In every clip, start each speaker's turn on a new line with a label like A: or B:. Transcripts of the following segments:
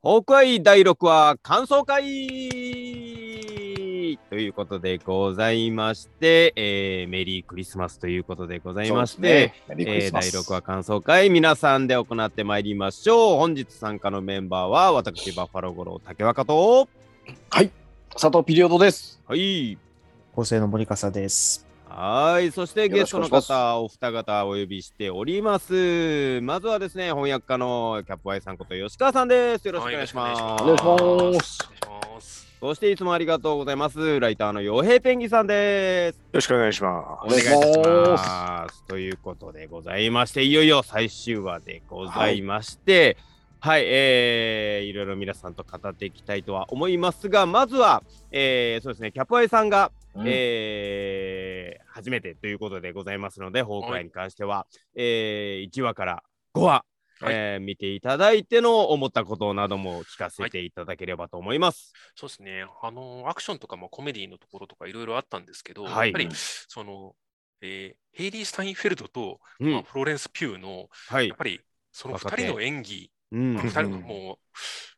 A: ホークアイ第6話感想会ということでございまして、えーメリークリスマスということでございまして、
B: そうですね、メリークリ
A: えー
B: スマ
A: 第
B: ス
A: 6話感想会皆さんで行ってまいりましょう本日参加のメンバーは私バッファロー五郎竹若と
B: 佐藤ピリオドです。
A: はい
C: 構成の森笠です。
A: はーいそして
B: よ
A: ゲ
B: ろ
A: ス
B: し
A: ト
B: くお願
A: の
B: いします
A: 方お二方お呼びしておりますまずはですね翻訳家のキャップワイさんこと吉川さんですよろしくお願いします、
B: お願いします
D: お願いします。
A: そしていつもありがとうございます。ライターの洋平ペンギンさんです。
D: よろしくお願いしま
A: お
B: お
A: 願い
B: 願い
A: い
B: したます
A: します。ということでございまして、いよいよ最終話でございまして、はい、えーいろいろ皆さんと語っていきたいとは思いますが、まずは、えーそうですね、キャプアイさんが、えー初めてということでございますので、ホークアイに関しては、え1話から5話、
D: はい
A: えー見ていただいての思ったことなども聞かせていただければと思います。
D: そうですね。あの、アクションとか、まあ、コメディのところとかいろいろあったんですけど、
A: はい
D: やっぱり、その、えーヘイリー・スタインフェルドと、
A: う
D: まあ
A: ん、
D: フローレンス・ピューの、
A: はい
D: やっ。ぱり、その
A: 若
D: 2
A: 手
D: 人の演技、
A: うん
D: まあ二人の
C: うん
D: もう、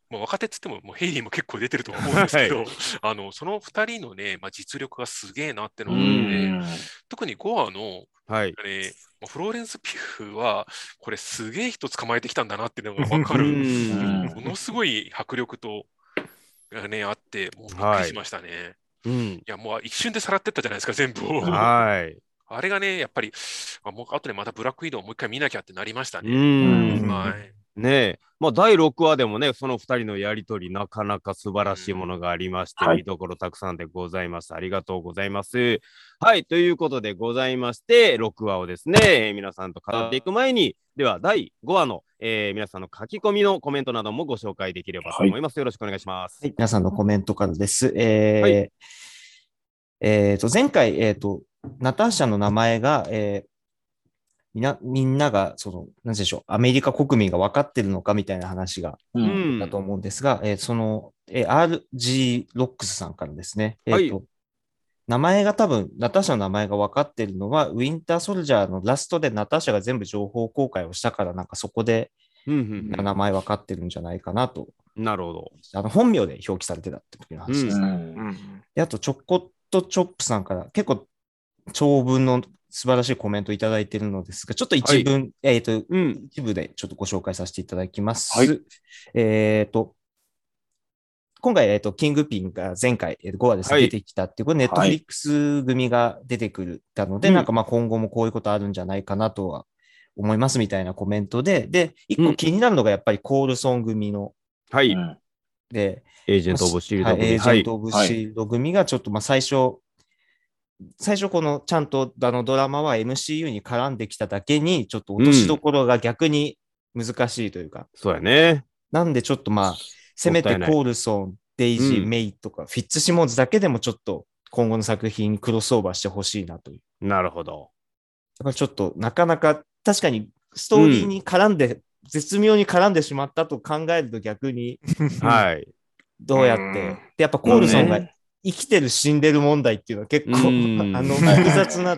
D: もう若手っつっても、もうヘイリーも結構出てるとは思うんですけど、
A: は
D: あの、その2人のね、まあ、実力がすげえなっての
A: う
D: があるので、
A: ん
D: 特に5話の、
A: はい。
D: えーまあフローレンス・ピューは、これすげえ人捕まえてきたんだなっていうのがわかる。
A: うん
D: ものすごい迫力と、がね、あって、もうびっくりしましたね。い、
A: うん。
D: や、もう一瞬でさらってったじゃないですか、全部を。あ
A: はい。
D: れがね、やっぱり、あもう後でまたブラックウィドウをもう一回見なきゃってなりました
A: う
D: ね。
A: ん。
C: ん
D: はい。
A: ねえ。まあ、第6話でもね、その2人のやりとり、なかなか素晴らしいものがありまして、
B: はい
A: 見どころたくさんでございました。ありがとうございます。はい。ということでございまして、6話をですね、えー皆さんと語っていく前に、では、第5話の、えー皆さんの書き込みのコメントなどもご紹介できればと思います。よろしくお願いします。
C: はい、皆さんのコメントからです。えー
A: はい
C: えーと前回、えーと、ナターシャの名前が、えーみなみんながその、なんて言うんでしょう、アメリカ国民が分かってるのかみたいな話が
B: う
A: うんん
C: だと思うんですが、えーその、えー RG ロックスさんからですね、えーと名前が多分、ナターシャの名前が分かってるのは、ウィンターソルジャーのラストでナターシャが全部情報公開をしたから、なんかそこで
A: うん
C: みん
A: う
C: なん名前分かってるんじゃないかなと
A: うんなるほど。
C: あの本名で表記されてたって時の話です、
A: う
D: うん。
C: であと、チョコットチョップさんから結構長文の素晴らしいコメントいただいてるのですが、ちょっと一文、えっ、と、
A: うん。
C: 一部でちょっとご紹介させていただきます。
B: はい
C: えっ、と、今回、えっ、と、キングピンが前回、えーと5話ですね、
A: はい
C: 出てきたっていう、これ、ネットフリックス組が出てくるたので、
A: うん
C: なんかまあ今後もこういうことあるんじゃないかなとは思いますみたいなコメントで、で、一
A: う
C: 個
A: ん
C: 気になるのがやっぱりコールソン組の、
A: はい。
B: うん
C: で、
A: エージェント・オブ・シールド
C: はいエ
A: 組。
C: ージ
A: は
C: ェン
A: い。
C: ト・オブ・シールド組がちょっと、まあ、最初、最初このちゃんとあのドラマは MCU に絡んできただけに、ちょっと落としどころが逆に難しいというか、
A: そうやね。
C: なんでちょっとまあ、せめ
A: もってたいない
C: コールソン、デイジー、
A: うん
C: メイとか、フィッツ・シモンズだけでもちょっと今後の作品にクロスオーバーしてほしいなという。
A: なるほど。
C: だからちょっとなかなか、確かにストーリーに絡んで、絶妙に絡んでしまったと考えると逆に、
A: はい。
C: どうやっ
D: うん
C: て、で、やっぱコールソン
B: う
C: が
B: ん
C: 生きてる死んでる問題っていうのは結構、
A: うん
C: あの複雑な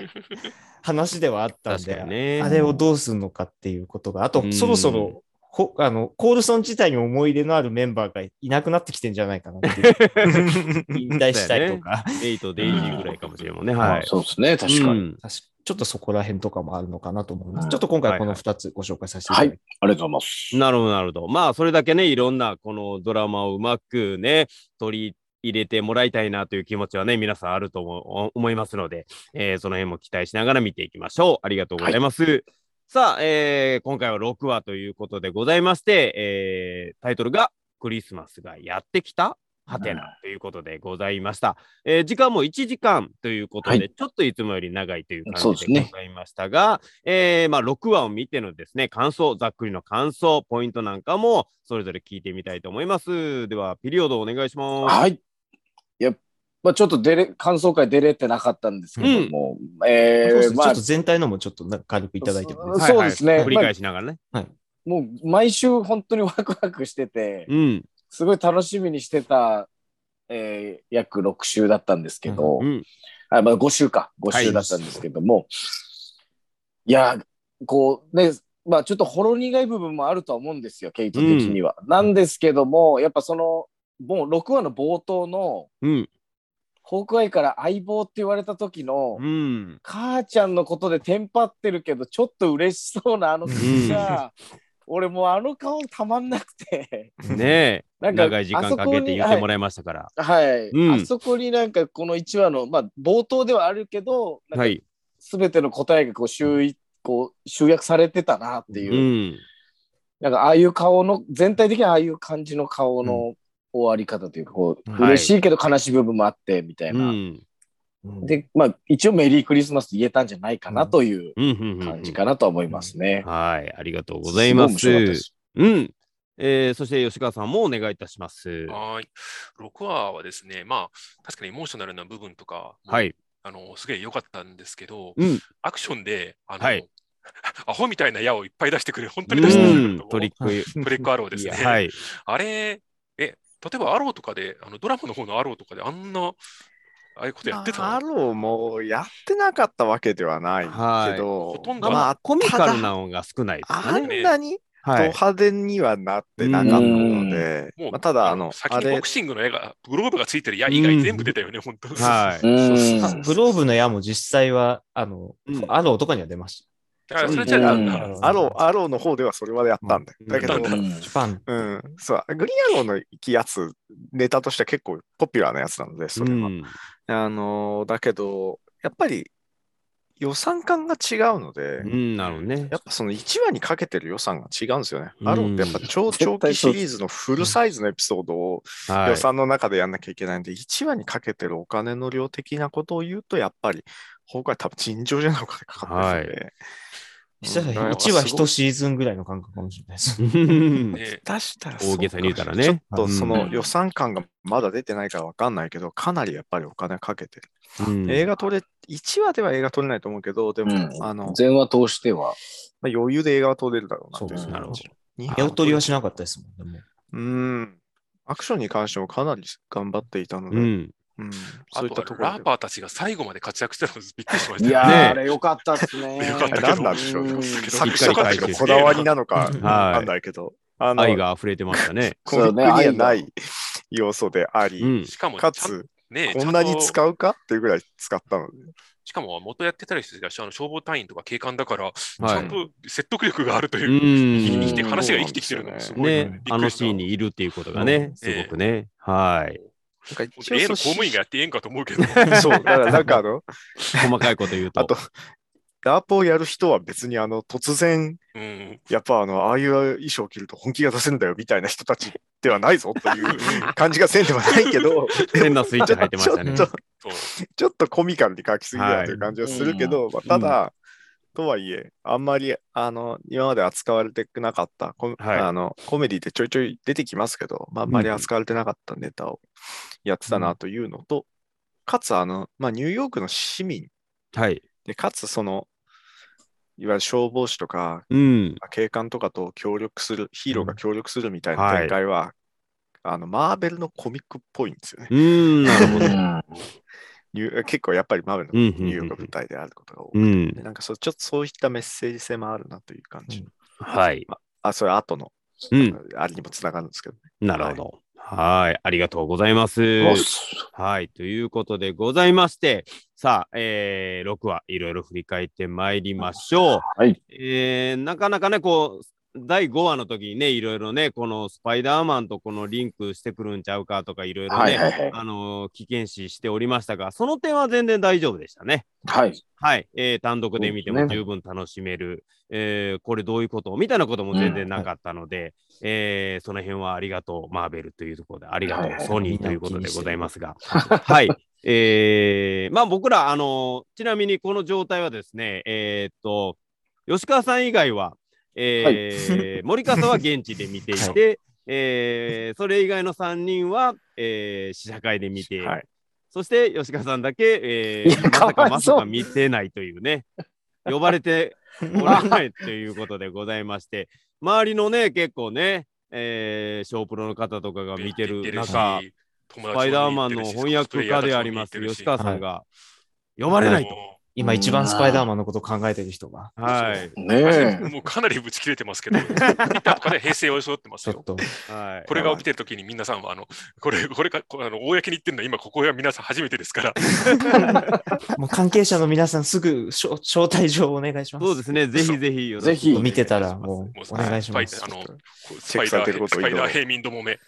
C: 話ではあったん
A: 確か
C: で、
A: にね。
C: あれをどうするのかっていうことが、あと、
A: うん
C: そろそろほあのコールソン自体に思い入れのあるメンバーがいなくなってきてんじゃないかなっていう 引退したりとか、
A: エイト、デイジーぐらいかもしれんもんね。はい。
B: そうですね、確かに。
A: に。
C: 確かちょっとそこら辺とかもあるのかなと思います。
B: うん
C: ちょっと今回この2つご紹介させていただきます。
B: ありがとうございます。
A: なるほど、なるほど。まあ、それだけね、いろんなこのドラマをうまくね、取り入れてもらいたいなという気持ちはね、皆さんあると思思いますので、えーその辺も期待しながら見ていきましょう。ありがとうございます。さあ、えー今回は6話ということでございまして、えータイトルがクリスマスがやってきたはてなということでございました。えー時間も1時間ということで、
B: は
A: ちょっといつもより長いという感
B: そう
A: じ
B: で
A: です
B: ね
A: ございましたが、えーまあ、6話を見てのですね、感想、ざっくりの感想、ポイントなんかも、それぞれ聞いてみたいと思います。では、ピリオドお願いします。
B: はい。いや、まあ、ちょっと出れ、感想会出れてなかったんですけども、え
C: そうです
B: ー、
C: ね
B: ま
C: ちょ
B: あ
C: っと、全体のもちょっとな軽くいただいてもいいです
B: は
C: か
B: いそうですね
A: 振り返しながらね。
B: もう毎週本当にワクワクしてて、
A: うん。
B: すごい楽しみにしてた、えー、約6週だったんですけど、
A: うん。
B: あまあ、5週か、5週だったんですけども、い、や、こうね、まあちょっとほろ苦い部分もあるとは思うんですよ、ケイト的には。なんですけども、やっぱその、もう6話の冒頭の、
A: うん。
B: ホークアイから相棒って言われた時の、
A: うん。
B: 母ちゃんのことでテンパってるけどちょっと嬉しそうなあの顔が、俺もうあの顔たまんなくて
A: ね
B: な
A: え。
B: んか
A: 長い時間かけて言ってもらいましたから。
B: あそこにはい、はい
A: うん
B: あそこになんかこの1話のまあ冒頭ではあるけどなん
A: は
B: か
A: い。
B: 全ての答えがこう集いこう集約されてたなっていうう、
A: ん。
B: なんかああいう顔の全体的にああいう感じの顔の終わり方というかこう、
C: うん
B: 嬉しいけど悲しい部分もあってみたいうな、
A: ん。
C: うん
B: でまあ一応メリークリスマスと言えたんじゃないかなという
A: うんうん。
B: 感じかなとは思いますね。
A: はい。ありがとうございます。
B: ごい面白かったです
A: うん。えー、そして吉川さんもお願いいたします。
D: はーい。6話はですね、まあ、確かにエモーショナルな部分とか、
A: はい。
D: あの、すげえ良かったんですけど、
A: うん。
D: アクションで、あの、
A: はい
D: アホみたいな矢をいっぱい出してくる、本当に出してく
A: う
D: る
A: ん。トリック イ
D: トリックアローですね。
A: はい。
D: あれ、え、例えばアローとかで、あのドラマの方のアローとかであんな、ああいうことやってた
E: ア
D: の
E: ローもやってなかったわけではない
A: はい
E: けど、
D: ほとんど
E: まあ、
A: コミカル
E: ただ
A: な音が少ないです
E: あ
A: よ
E: ん
A: ね。
E: なにド
A: はい。
E: 派手にはなってなかったので、
D: もう、
E: まあ、ただ、あの、
D: 先
E: あ
D: にボ
E: れ
D: ク、シングの絵が、グローブがついてる矢以外全部出たよね、本当
A: はい。
B: うん
C: あグローブの矢も実際は、あの、
A: うん
C: ある男には出まし
D: あそれじゃなんだ。
C: うん
E: アロー、アローの方ではそれはやったんだよ。
A: うん
E: だけど、
D: やったんだ
E: う
C: た。ジャパン。
E: ん、そう、グリーンアローの行きやつ、ネタとしては結構ポピュラーなやつなので、それは。
A: うん
E: あのーだけど、やっぱり予算感が違うので、
A: うん、なるほどね。
E: やっぱその1話にかけてる予算が違うんですよね。
A: うん
E: アローってやっぱ超長
B: 絶対
E: 期
B: そう
E: シリーズのフルサイズのエピソードを
A: はい
E: 予算の中でやんなきゃいけないんで、1話にかけてるお金の量的なことを言うと、やっぱり、崩壊多分尋常じゃないお金かかってるので、
C: 実際、
E: うんだから
C: 1話
E: すご
C: 1
E: い
C: シーズンぐらいの感覚かもしれないです。
A: うん
D: ね
E: 出したら
A: 大げさに言うたらね
E: そうかちょっとその
D: うん
E: 予算感がまだ出てないからわかんないけど、かなりやっぱりお金かけてる。映画撮れ、1話では映画撮れないと思うけど、でも、
B: うん
E: あの、
B: 前話通しては。
E: まあ、余裕で映画は撮れるだろうなっていう
C: そう
A: なるほど
E: 日
C: 矢
E: 本
C: を取りはしなかったですもんね。も
E: うん。アクションに関してもかなり頑張っていたので、
A: う
E: うん
A: ん。
D: あ
E: そういっ
D: と
E: た
D: は
E: ところ
D: ラ
E: で
D: ーパーたちが最後まで活躍してたのびっくりしました
B: い
D: よ
B: や
A: ね
B: ー、
A: え
B: あれ良かったっすね。
D: 良かったけど
E: 何なんでしょうね
B: ん
E: 作
A: しっ
E: 者
A: か
E: た
A: り
E: ち
A: 回収し
E: の
A: て
E: こだわりなのかわ
C: うん
E: かんないけど、あの
A: 愛が溢れてましたね。
E: コミッ
B: そう
E: ク
B: ね
E: には
B: 愛が
E: ない要素であり、
A: うん。
D: しかも、
E: か
D: ちゃん
E: つ、
D: ね、
E: こんな
D: ちゃ
E: に
D: と
E: 使うかっていうぐらい使ったので、
D: しかも元やってたりしてたし、あの消防隊員とか警官だから、ち
A: は
D: ゃ
A: い
D: ん。と説得力があると
A: う
D: いう、生き
A: ん
D: て。話が生きてきてるのがすごい
A: ね
D: よね、、び
A: あ
D: っく
A: の
D: りした
A: シーンにいるっていうことがね、すごくね。はい。
E: なんか
D: 本
E: 一
D: 当に A の
E: 応
D: 公
E: そう
D: 務員がやってええんかと思うけど、
E: そう、だからなんかあの、
A: 細かいこと言うと。
E: あと、ラープをやる人は別にあの、突然、
D: うん、
E: やっぱあの、ああいう衣装を着ると本気が出せるんだよみたいな人たちではないぞっていう感じがせんではないけ ど、
A: 変なスイッチ入ってましたね。
E: ちょっと、
D: そう
E: ちょっとコミカルに書きすぎだよという感じはするけど、まあただ、とはいえ、あんまりあの今まで扱われてなかったコ,、
A: はい
E: あのコメディでちょいちょい出てきますけど、まあ、あんまり扱われてなかったネタをやってたなというのと、かつあの、まあ、ニューヨークの市民
A: はい。
E: で、かつその、いわゆる消防士とか
A: うん。
E: 警官とかと協力する、ヒーローが協力するみたい
A: は
E: ない展開は、あのマーベルのコミックっぽいんですよね。
A: うん。なるほど。
E: ニュー結構やっぱりマーベルの
A: うんうんうんうん
E: ニューヨークが舞台であることが多く
A: うん
E: で。なんかそうちょっとそういったメッセージ性もあるなという感じ。
C: うん
A: はい。
E: あ、それ後の、
A: うん。
E: あれにもつながるんですけどね。
A: なるほど。はい。ありがとうございます。はい。ということでございまして、さあ、えー、6話、いろいろ振り返ってまいりましょう。
B: はい。
A: えーなかなかね、こう、第5話の時にね、いろいろね、このスパイダーマンとこのリンクしてくるんちゃうかとか、いろいろね、
B: はいはいはい。
A: あのー危険視しておりましたが、その点は全然大丈夫でしたね。
B: はい。
A: はい、えー単独で見て
B: そ
A: も
B: うで
A: 十分楽しめる、えーこれどういうことみたいなことも全然なかったので、えーその辺はありがとう、マーベルというところで、ありがとう、
B: はいはい
A: ソニーということでございますが、 はい。えーまあ僕ら、あのちなみにこの状態はですね、えーっと、吉川さん以外は、えー 森川さんは現地で見ていて、えーそれ以外の3人は、えー試写会で見て、
E: はい
A: そして吉川さんだけ、え
B: いや
A: ー、まさ
B: かわ
A: か
B: い
A: まさ
B: そう
A: か見てないというね、呼ばれてもらえないということでございま して、周りのね、結構ね、えー、ショープロの方とかが見てる中、
D: し
A: スパイ
D: 友達も
A: ダーマンの翻訳家であります吉川さんが、読まれないと。
D: と。
C: 今一番スパイダーマンのことを考えてる人が。
A: はい。
B: ね
D: もうかなりぶち切れてます けど、ツイッターとかで平成を装ってま
C: ち
D: す
C: ょ
D: よ
C: っ。と、
A: はい。
D: これが起きてるときに皆さんは、あの、これ、これか、こあの、公に言ってるのは今ここが皆さん初めてです から、
C: もう関係者の皆さんすぐ招招待状をお願いします。
A: そうですね。ぜひぜひよろしく
B: ぜひ
C: 見てたらもうお願いします。
D: あのス
E: チェ
D: パ
E: ック
D: イ
E: さ
D: ダ
E: れてる
D: ー、
E: こと
D: ス
E: を
D: パ
E: 言
D: イ
E: うの
D: ダー平民ども め、
C: いっ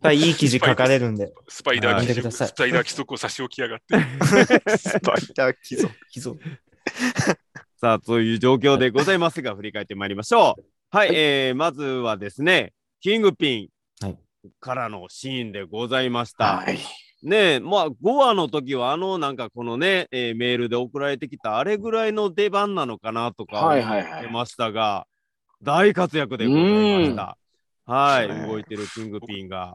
C: ぱいいい記事書かれるんで。
D: スパイダー
A: はい
D: 貴
C: 見てくだ
D: 族、
C: さい
D: スパイダー貴族を差し置きやがって、
E: スパイダー貴族。
A: さあ、そういう状況でございますが、振り返ってまいりましょう。はい、えー、まずはですね、キングピ
C: は
A: ン
C: い
A: からのシーンでございました。
B: はい。
A: ねえ、まあ、5話の時は、あの、なんかこのね、えーメールで送られてきた、あれぐらいの出番なのかなとか、
B: はいはい
A: 出
B: は
A: ましたが、大活躍でございました。はい、
E: そうね
A: 動いてるキングピンが。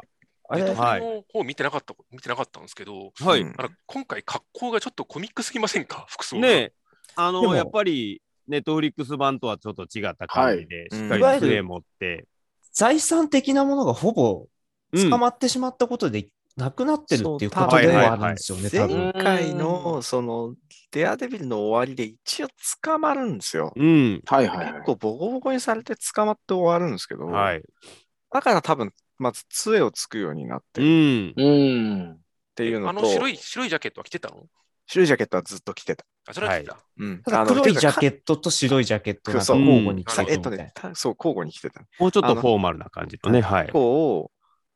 C: あれ、
A: はい
D: この方見てなかった、見てなかったんですけど、
A: はい。
E: うん
D: あの今回格好がちょっとコミックすぎませんか、服装が。
A: ねえ、あ
C: で
A: の、
C: も
A: やっぱり、ネットフリックス版とはちょっと違った感じで、
E: はい
A: しっかり
C: うん
A: 杖持って。
C: 財産的なものがほぼ
A: うん
C: 捕まってしまったことでなくなってるっていう
E: そう
C: ことで
A: 多分
C: はあるんですよね、多分
E: 前。回のそのデアデビルの終わりで一応捕まるんですよ。
A: うん。
B: いはい
E: 結構ボコボコにされて捕まって終わるんですけど、
A: はい。
E: だから多分まず杖をつくようになって
A: うん。
E: るっ
B: うん。
E: ていうの
D: あ
E: と、
D: の白い、白いジャケットは着てたの
E: 白いジャケットはずっと着てた。
D: あ、それは着てた。
E: うん、
C: ただ黒いジャケ
E: ッ
C: ットと白いジャケットが
E: そう
C: 交互に着
D: ト
C: て
E: え
C: る
E: っ
C: み
E: と
C: たいな
E: ね、たそう、交互に着てた。
A: もうちょっ
E: あ
A: と
E: の
A: フォーマルな感じとね、はい
E: 結。構、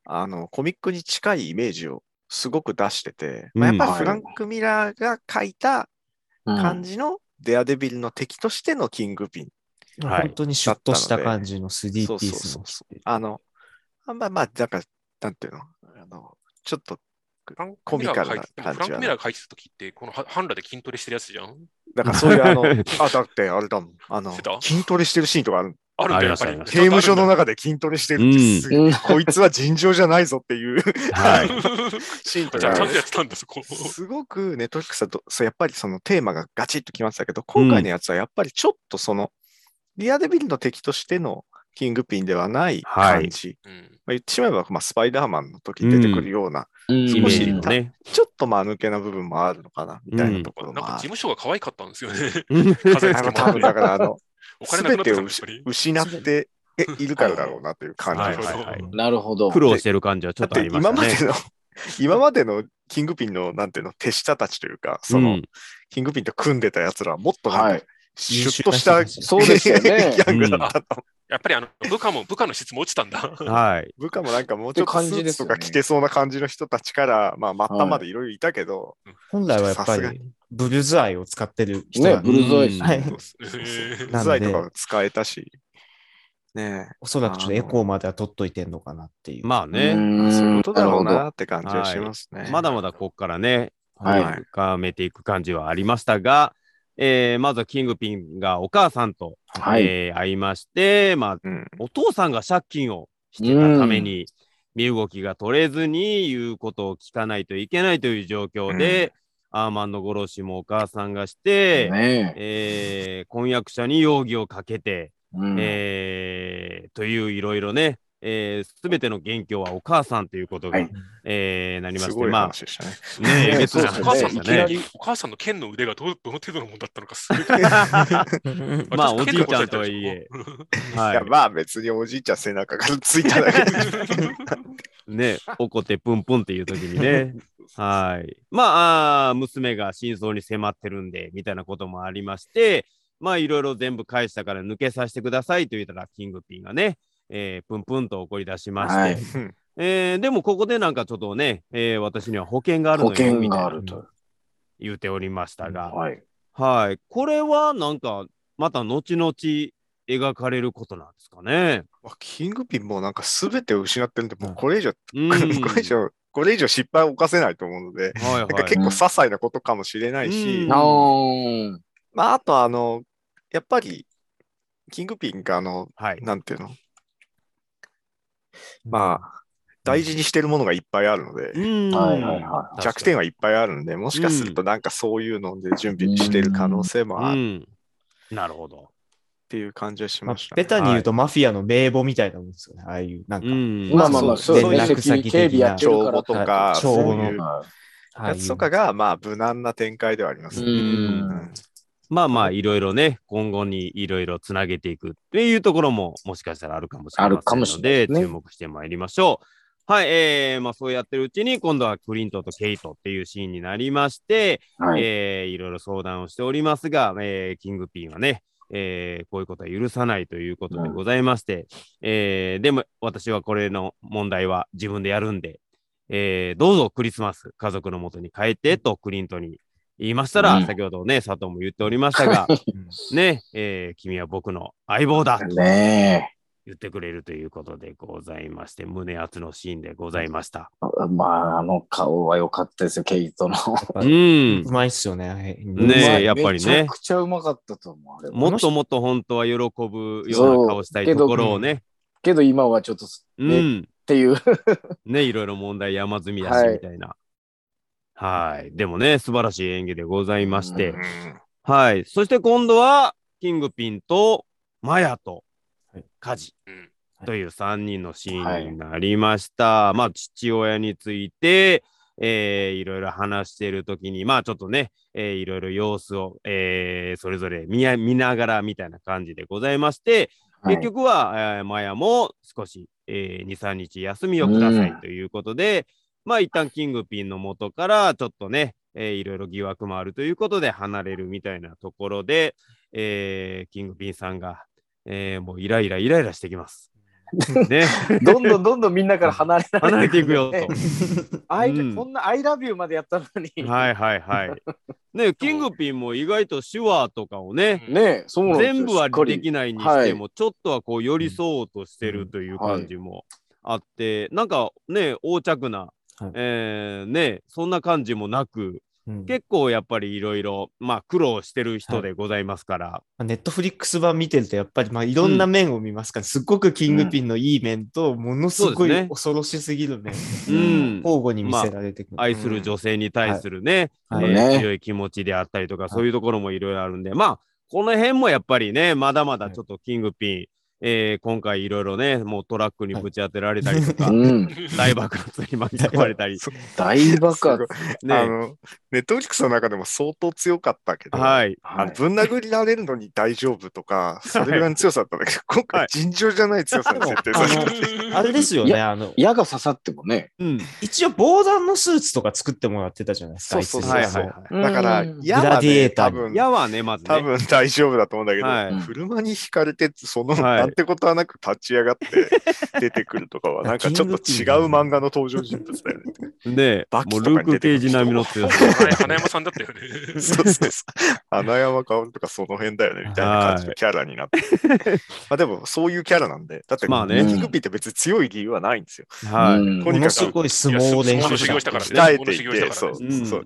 E: あの、コミックに近いイメージをすごく出してて、まあ、
A: うん
E: やっぱりフランク・ミラーが書いた感
B: じ。
E: じのデアデビルの敵としてのキングピン。
A: はい
C: 本当にシュッとした感じの
E: そ
C: 3D
E: う
C: ピ
E: そ
C: ー
E: う
C: ス
E: そ
C: の
E: うそう。あの、あんままあ、だから、なんていうの、あの、ちょっと、
D: フランク
E: コミ
D: ミ
E: カ
D: ラー
E: ルな
D: が書いて、でも
E: 感じ
D: フラ
E: はね
D: ンクミラーが書いてた時って、このはハンラで筋トレしてるやつじゃん
E: だからそうい う、あの、あ、だってあれだもん、あの
D: してた、
E: 筋トレしてるシーンとかある。
D: ある
A: あ
D: ん
A: り
D: だや
A: ま
D: っ
A: した
D: ぱり。
E: 刑務所の
D: 中
E: 中で筋トレしてるってすげえ、
B: うん
E: こいつは尋常じゃないぞっていう
A: はい。
E: シーン と
D: じゃ
E: か
D: あ、
E: あ
D: ちゃん
E: る
D: とやってたんだ、そこ。
E: すごくネットフリックスはどそうやっぱりそのテーマがガチッときましたけど、今回のやつはやっぱりちょっとその、リアデビルの敵としてのキングピンではない
A: はい
E: 感じ。
D: うん
E: まあ、言ってしまえば、まあ、スパイダーマンの時に出てくるよう
B: う
E: な、
B: ん
A: イメージの
E: の
A: ね。
E: ちょっとまあ抜けな部分もあるのかな、みたいなところ
D: なん
E: も
D: か事
E: ある。
D: 務所が可愛かったんですよ ね。
E: あ
D: 風
E: の
D: 邪
E: 多分だからあの、
D: お金なくなってたんです
E: す
D: よ、やっぱり
E: 失ってえいるからだろうなという感じ
A: はいは
E: が
A: い
E: する。
A: はい。
B: なるほど。
A: 苦労してる感じはちょ
E: だ
A: っ
E: っ
A: とあり
E: て
A: まし
E: 今
A: た
E: ま
A: ね
E: で。の、 今までのキングピンの、なんていうの、手下たちというか、そ
A: う
E: の、
A: ん
E: キングピンと組んでたやつらはもっとなんか
B: はい。
E: シュッとした
C: 優秀な人たち
B: そうですよね
E: ギャングだったの。
D: やっぱりあの部下も部下の質も落ちたんだ。
A: はい。
E: 部下もなんかもうちょっと
B: って
E: ス
B: 感じ
E: ー
B: で
E: ツ
B: す
E: と
B: よね
E: か着てそうな感じの人たちから、まあ、末端までいろいろいたけど、
C: 本来はやっ
E: さ
C: ぱ
E: すがに
C: りブルーズアイを使ってる人
B: ね、
C: なんで
B: ブルゾイス。
C: はい
E: そうそうそう
D: へー
E: うざいとかも使えたし、ねえ
C: おそらくちょっとエコーまでは取っといてんのかなっていう。
A: まあね、
E: まあ、そういう
B: う
E: ことだろうなって感じはしますね。
A: まだまだここからね、
B: はい
A: はい深めていく感じはありましたが、えーまずはキングピンがお母さんと、
B: はい。
A: えー会いまして、まあ、
E: うん、
A: お父さんが借金をしてたために、身動きが取れずに言うことを聞かないといけないという状況で、アーマンド殺しもお母さんがして、
B: ねえ。
A: えー婚約者に容疑をかけて、
B: うん
A: えーといういろいろね、えー、全ての元凶はお母さんということが、
B: はい
A: えーなりますして、
E: ごい
A: ま
E: 話でしたね。
A: あ、ねえ、えげつ
B: そ
A: な
B: う
A: い
B: です
D: お
B: ね
A: 話でし
D: 母さんのいき
A: たね。
D: なりお母さんの剣の腕がどうどの程度のもんだったのかすごい
A: まあ
D: 私
A: おじい
D: 剣
A: ちゃんとはい
D: 剣
A: え
D: のことだっ
E: い、
A: は
E: や、まあ別におじいちゃん背中からついただけ で。
D: たでしょ
A: い、ね怒ってプンプンっていう時にねはいまああー娘が真相に迫ってるんでみたいなこともありましてまあいろいろ全部返したから抜けさせてくださいと言ったらキングピンがね、えー、プンプンと怒り出しまして、
B: はい
E: うん
A: えーでもここでなんかちょっとね、えー私には保険があるの
B: 保
A: よ
B: 険
A: みたい
B: が
A: な
B: あると。
A: 言っておりましたが、
B: はい。
A: はい、これはなんかまた後々描かれることなんですか ね。
E: まあキングピンもなんか全てを失ってるんで、もううんこれ以上、
A: うん
E: これ以上、これ以上失敗を犯せないと思うの
A: はい
E: で、
A: はい、
E: なんか結構些細なことかもしれないし、
A: うん
B: あー
E: まああとあの、やっぱり、キングピンがあの、
A: はい、
E: なんていうの、まあ、大事にしてるものがいっぱいあるので、
A: うん
B: はいはいは
E: 弱点はいっぱいあるんで、もしかするとなんかそういうので準備してる可能性もあ
A: う
E: るっ
A: ん、なるほど。
E: ていう感じはし
C: ま
E: ま
C: あ
E: したね、
C: ベタに言うとマフィアの名簿みたいなもんですよね。ああいう、なんか
A: う。ん
B: い。まあまあまあ、
C: そ
B: そうう
C: です
B: で
C: ね
B: すね。セキュリティ警備やってる
E: 帳
B: か
E: 簿
B: ら
E: とか、
C: 帳簿の
E: そういう
B: は
C: は
E: や
C: い
E: つとかが、まあ、無難な展開ではあります。
B: う
E: うん
B: ん
A: まあまあ、いろいろね、今後にいろいろつなげていくっていうところも、もしかしたらあるかもしれ
B: あるか
A: ま
B: も
A: せん
B: し
A: の
B: れない
A: で、
B: ですね
A: 注目してまいりましょう。はい、えー、まあそうやってるうちに、今度はクリントンとケイトっていうシーンになりまして、
B: はい。
A: えーいろいろ相談をしておりますが、えーキングピンはね、えーこういうことは許さないということでございまして、えーでも私はこれの問題は自分でやるんで、えーどうぞクリスマス家族のもとに帰ってとクリントンに言いましたら、
B: うん
A: 先ほどね佐藤も言っておりましたが ね、えー君は僕の相棒だと
B: ね
A: 言ってくれるということでございまして胸熱のシーンでございました。
B: え。まあ、あの顔は良かったですよ、ケイトの。
C: う
A: うんん
C: うまいっすよね。はい
A: ねえ
B: うまい
A: やっぱりね
B: めちゃくちゃうまかったと思うあれは。
A: もっともっと本当は喜ぶような顔したい
B: そうけど
A: ところをね。
B: けど今はちょっとっ
A: う
B: ね
A: ん。
B: ていう。
A: ね、いろいろ問題山積みだ
B: は
A: し、
B: い
A: みたいな。はい。でもね、素晴らしい演技でございまし
E: う
A: て。
E: ん
A: はい。そして今度は、キングピンとマヤと
C: はい
A: カジ
D: うん
A: という3人のシーンになりました。まあ、父親について、えーいろいろ話しているときに、まあ、ちょっとね、えーいろいろ様子を、えーそれぞれ見や見ながらみたいな感じでございまして、
B: はい
A: 結局は、えーマヤも少し、えー、2、3日休みをくださ
B: う
A: いということで、まあ一旦キングピンの元からちょっとね、えーいろいろ疑惑もあるということで離れるみたいなところで、えーキングピンさんが、えーもうイライライライラしてき ます。ね、
B: どんどんどんどんみんなから離れ られ
A: 離れていくよ
B: ね
A: と。
B: アイラ
A: うん
B: こんな「アイラビューまでやったのに、
A: はいはいはい。ね、キングピンも意外と手話とかをね、
D: うん
B: ねえそうなんですよ
A: 全部は
B: しっか
A: で
B: り
A: きないに
B: は
A: して
B: い
A: も、ちょっとはこう寄り添おうとしてるという感じもあって、なんかね横着な、
C: はい
A: えーねそんな感じもなく
C: うん
A: 結構やっぱりいろいろまあ苦労してる人でございますから、
C: ネットフリックス版見てると、やっぱりまあいろんな面を見ますから、すっごくキングピンのいい面と、ものす
A: そう
C: ごい
A: ですね
C: 恐ろしすぎる面、
A: うん
C: 交互に見せられてくる。
A: 愛する女性に対するね,、
C: はい
A: え
B: はい
A: ー
B: ね
A: 強い気持ちであったりとか、
C: い
A: そういうところもいろいろあるんでまあこの辺もやっぱりねまだまだちょっとキングピン、えー今回いろいろねもうトラックにぶち当てられたりとか、
B: うん、
A: 大爆発に巻き込まれた り
E: そ
B: 大爆発
A: ね
E: あの、ネットフリックスの中でも相当強かったけど、
A: はい。
E: あのぶん殴りられるのに大丈夫と か、それぐらいの強さだったんだけど、今
A: は
E: 回
A: い
E: 尋常じゃない強さに設定されてる。
C: あれですよ
B: い
C: ね、
B: や
C: あの、
B: 矢が刺さってもね
A: うん。
C: 一応防弾のスーツとか作ってもらってたじゃないですか、
E: そうそうそう
A: はい
C: あいつ
A: はいは
E: だから、
B: うん
E: 矢はね
C: グラディエーター
E: 多分
A: い。矢はね、まず
E: 多
A: ね。
E: 分大丈夫だと思うんだけど、
A: はい
E: 車に引かれて、その、
A: はい
E: なんてことはなく立ち上がって出てくるとか は、なんかちょっと違う漫画の登場人物だよね。
A: で
E: バ、
A: も
E: キ
A: う
E: とか
A: ルー
E: に
A: ク・
E: 出
A: ケ
E: て
A: イ
E: くる人
A: ジ並みの 強さ。
D: 花花山さんだったよね。
E: そうそうそう。穴山薫とかその辺だよね、みたいな感じのキャラ になって。まあでも、そういうキャラなんで、だって、
A: まあね
E: キングピーって別に強い理由はないんですよ。
A: はい。
B: うん
E: とに
C: も
E: か
C: のす
E: く
C: ごい相撲を練習
D: いや相撲の修行したからね
E: 鍛えていて、
D: 物修行した
E: そ
D: から
E: う
D: ね
E: そう
A: うん
E: そう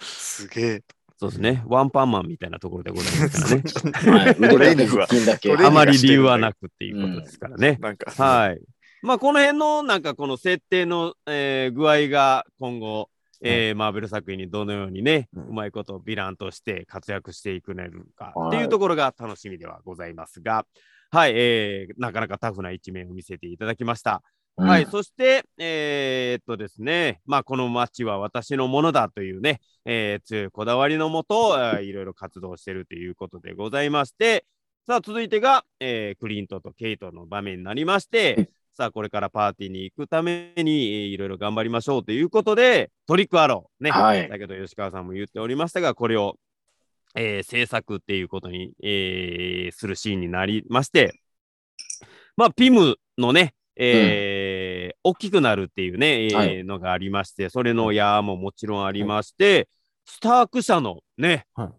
E: すげえ。
A: そうですね。ワンパンマンみたいなところでございますからね。
B: はい
E: トレーニングは
B: 腕だけ
E: トレーニング
A: あまり理由はなくっていうことですからね。
E: なんか、
A: はい。まあ、この辺の、なんかこの設定の、えー具合が今後、えーマーベル作品にどのようにね、う
C: うん
A: まいことをヴィランとして活躍していくねるか
B: はい
A: っていうところが楽しみではございますが、はい、えーなかなかタフな一面を見せていただきました。
B: うん
A: はい、そして、えーっとですね、まあ、この町は私のものだというね、えー強いこだわりのもと、あーいろいろ活動してるということでございまして、さあ、続いてが、えークリントとケイトの場面になりまして、
B: はい
A: さあ、これからパーティーに行くために、えーいろいろ頑張りましょうということで、トリックアロー、ね、
B: はい
A: だけど吉川さんも言っておりましたが、これを、えー制作っていうことに、えーするシーンになりまして、まあ、ピムのね、えー大きくなるっていうね、えー
B: はい
A: のがありまして、それの矢ももちろんありまして、スターク社のね、
C: は